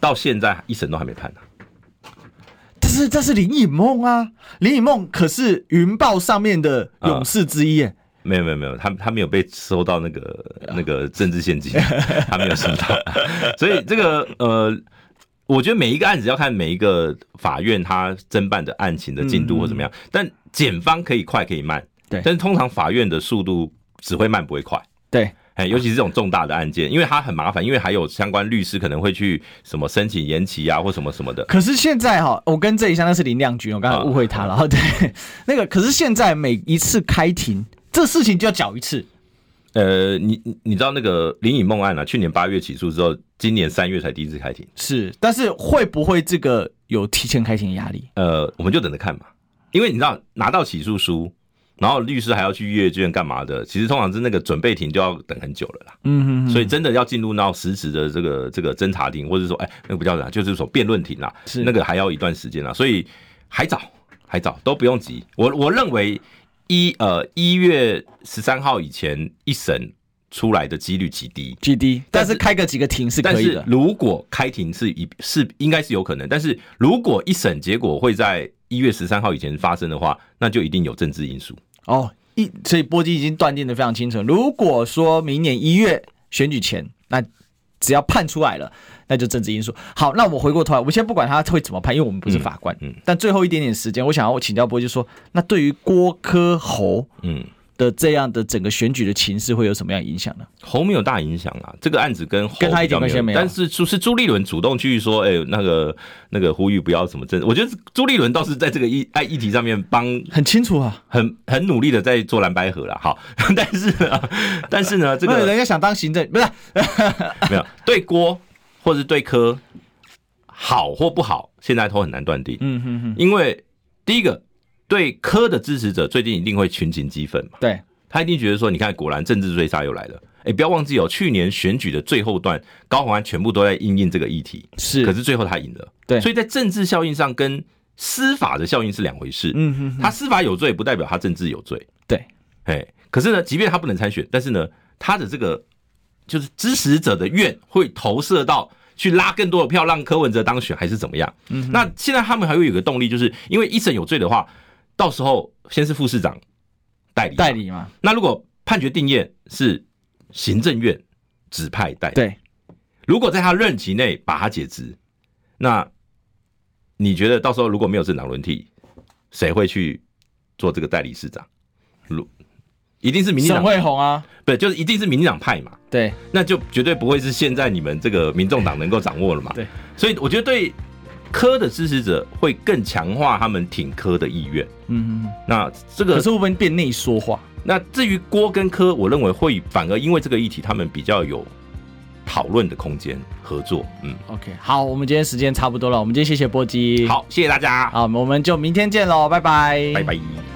Speaker 3: 到现在一审都还没判呢、啊
Speaker 2: 但是这是林以梦啊，林以梦可是云豹上面的勇士之一耶，
Speaker 3: 没有没有没有，他他没有被收到那个那个政治现金，他没有收到， 所以这个呃，我觉得每一个案子要看每一个法院他侦办的案情的进度或怎么样，但检方可以快可以慢，
Speaker 2: 对
Speaker 3: 但是通常法院的速度只会慢不会快。
Speaker 2: 对，
Speaker 3: 哎，尤其是这种重大的案件，因为它很麻烦，因为还有相关律师可能会去什么申请延期啊，或什么什么的。
Speaker 2: 可是现在哈，我跟这一项那是林亮君，我刚才误会他了。然后对，那个可是现在每一次开庭，这事情就要搅一次。
Speaker 3: 呃，你你你知道那个林以梦案啊，去年八月起诉之后，今年三月才第一次开庭。
Speaker 2: 是，但是会不会这个有提前开庭的压力？
Speaker 3: 呃，我们就等着看嘛，因为你知道拿到起诉书，然后律师还要去阅卷干嘛的，其实通常是那个准备庭就要等很久了啦。
Speaker 2: 嗯
Speaker 3: 所以真的要进入到实质的这个这个侦查庭，或者说哎、那个不叫啥，就是说辩论庭啦，
Speaker 2: 是
Speaker 3: 那个还要一段时间啦，所以还早还早，都不用急。我我认为一呃一月十三号以前一审出来的几率极低，
Speaker 2: ，G D，但
Speaker 3: 但
Speaker 2: 是
Speaker 3: 是
Speaker 2: 开个几个庭是
Speaker 3: 但
Speaker 2: 可以
Speaker 3: 是
Speaker 2: 的。
Speaker 3: 如果开庭是一是应该是有可能，但是如果一审结果会在一月十三号以前发生的话，那就一定有政治因素。
Speaker 2: 哦，一所以波基已经断定的非常清楚。如果说明年一月选举前，那只要判出来了，那就政治因素。好，那我们回过头来，我们先不管他会怎么判，因为我们不是法官。
Speaker 3: 嗯嗯
Speaker 2: 但最后一点点时间，我想要请教波基说，那对于郭科侯
Speaker 3: 嗯，
Speaker 2: 的这样的整个选举的情势会有什么样的影响呢？
Speaker 3: 侯没有大影响啊啦，这个案子跟侯
Speaker 2: 跟他一点
Speaker 3: 比较
Speaker 2: 关系都没有
Speaker 3: 但是就是朱立伦主动去说，哎、那个那个呼吁不要什么政，我觉得朱立伦倒是在这个议哎议题上面帮
Speaker 2: 很清楚啊，
Speaker 3: 很很努力的在做蓝白河了。好， 但是呢，但是呢，这
Speaker 2: 这
Speaker 3: 个
Speaker 2: 个人家想当行政，不是
Speaker 3: 没有对郭或是对科好或不好，现在都很难断定。
Speaker 2: 嗯哼哼，
Speaker 3: 因为第一个对科的支持者最近一定会群情激愤嘛，
Speaker 2: 对，
Speaker 3: 他一定觉得说，你看果然政治追杀又来了。哎，不要忘记哦，去年选举的最后段，高虹安全部都在应应这个议题，
Speaker 2: 是
Speaker 3: 可是最后他赢了。
Speaker 2: 对
Speaker 3: 所以在政治效应上跟司法的效应是两回事。
Speaker 2: 嗯哼哼，
Speaker 3: 他司法有罪不代表他政治有罪。
Speaker 2: 对，
Speaker 3: 哎，可是呢，即便他不能参选，但是呢，他的这个就是支持者的怨会投射到去拉更多的票，让柯文哲当选，还是怎么样？嗯，那现在他们还会有一个动力，就是因为一审有罪的话，到时候先是副市长代理嘛
Speaker 2: 代，理嘛，
Speaker 3: 那如果判决定谳是行政院指派代理，
Speaker 2: 对，
Speaker 3: 如果在他任期内把他解职，那你觉得到时候如果没有政党轮替，谁会去做这个代理市长？如一定是民进
Speaker 2: 沈
Speaker 3: 党，
Speaker 2: 惠宏啊，
Speaker 3: 不就是一定是民进党派嘛？
Speaker 2: 对，
Speaker 3: 那就绝对不会是现在你们这个民众党能够掌握了嘛？
Speaker 2: 对，
Speaker 3: 所以我觉得对科的支持者会更强化他们挺科的意愿。
Speaker 2: 嗯，
Speaker 3: 那这个
Speaker 2: 可是会不会变内说话？
Speaker 3: 那至于郭跟柯，我认为会反而因为这个议题，他们比较有讨论的空间，合作。嗯，
Speaker 2: OK，好，我们今天时间差不多了，我们今天谢谢波基。，
Speaker 3: 好，谢谢大家，
Speaker 2: 好，我们就明天见喽，拜拜，
Speaker 3: 拜拜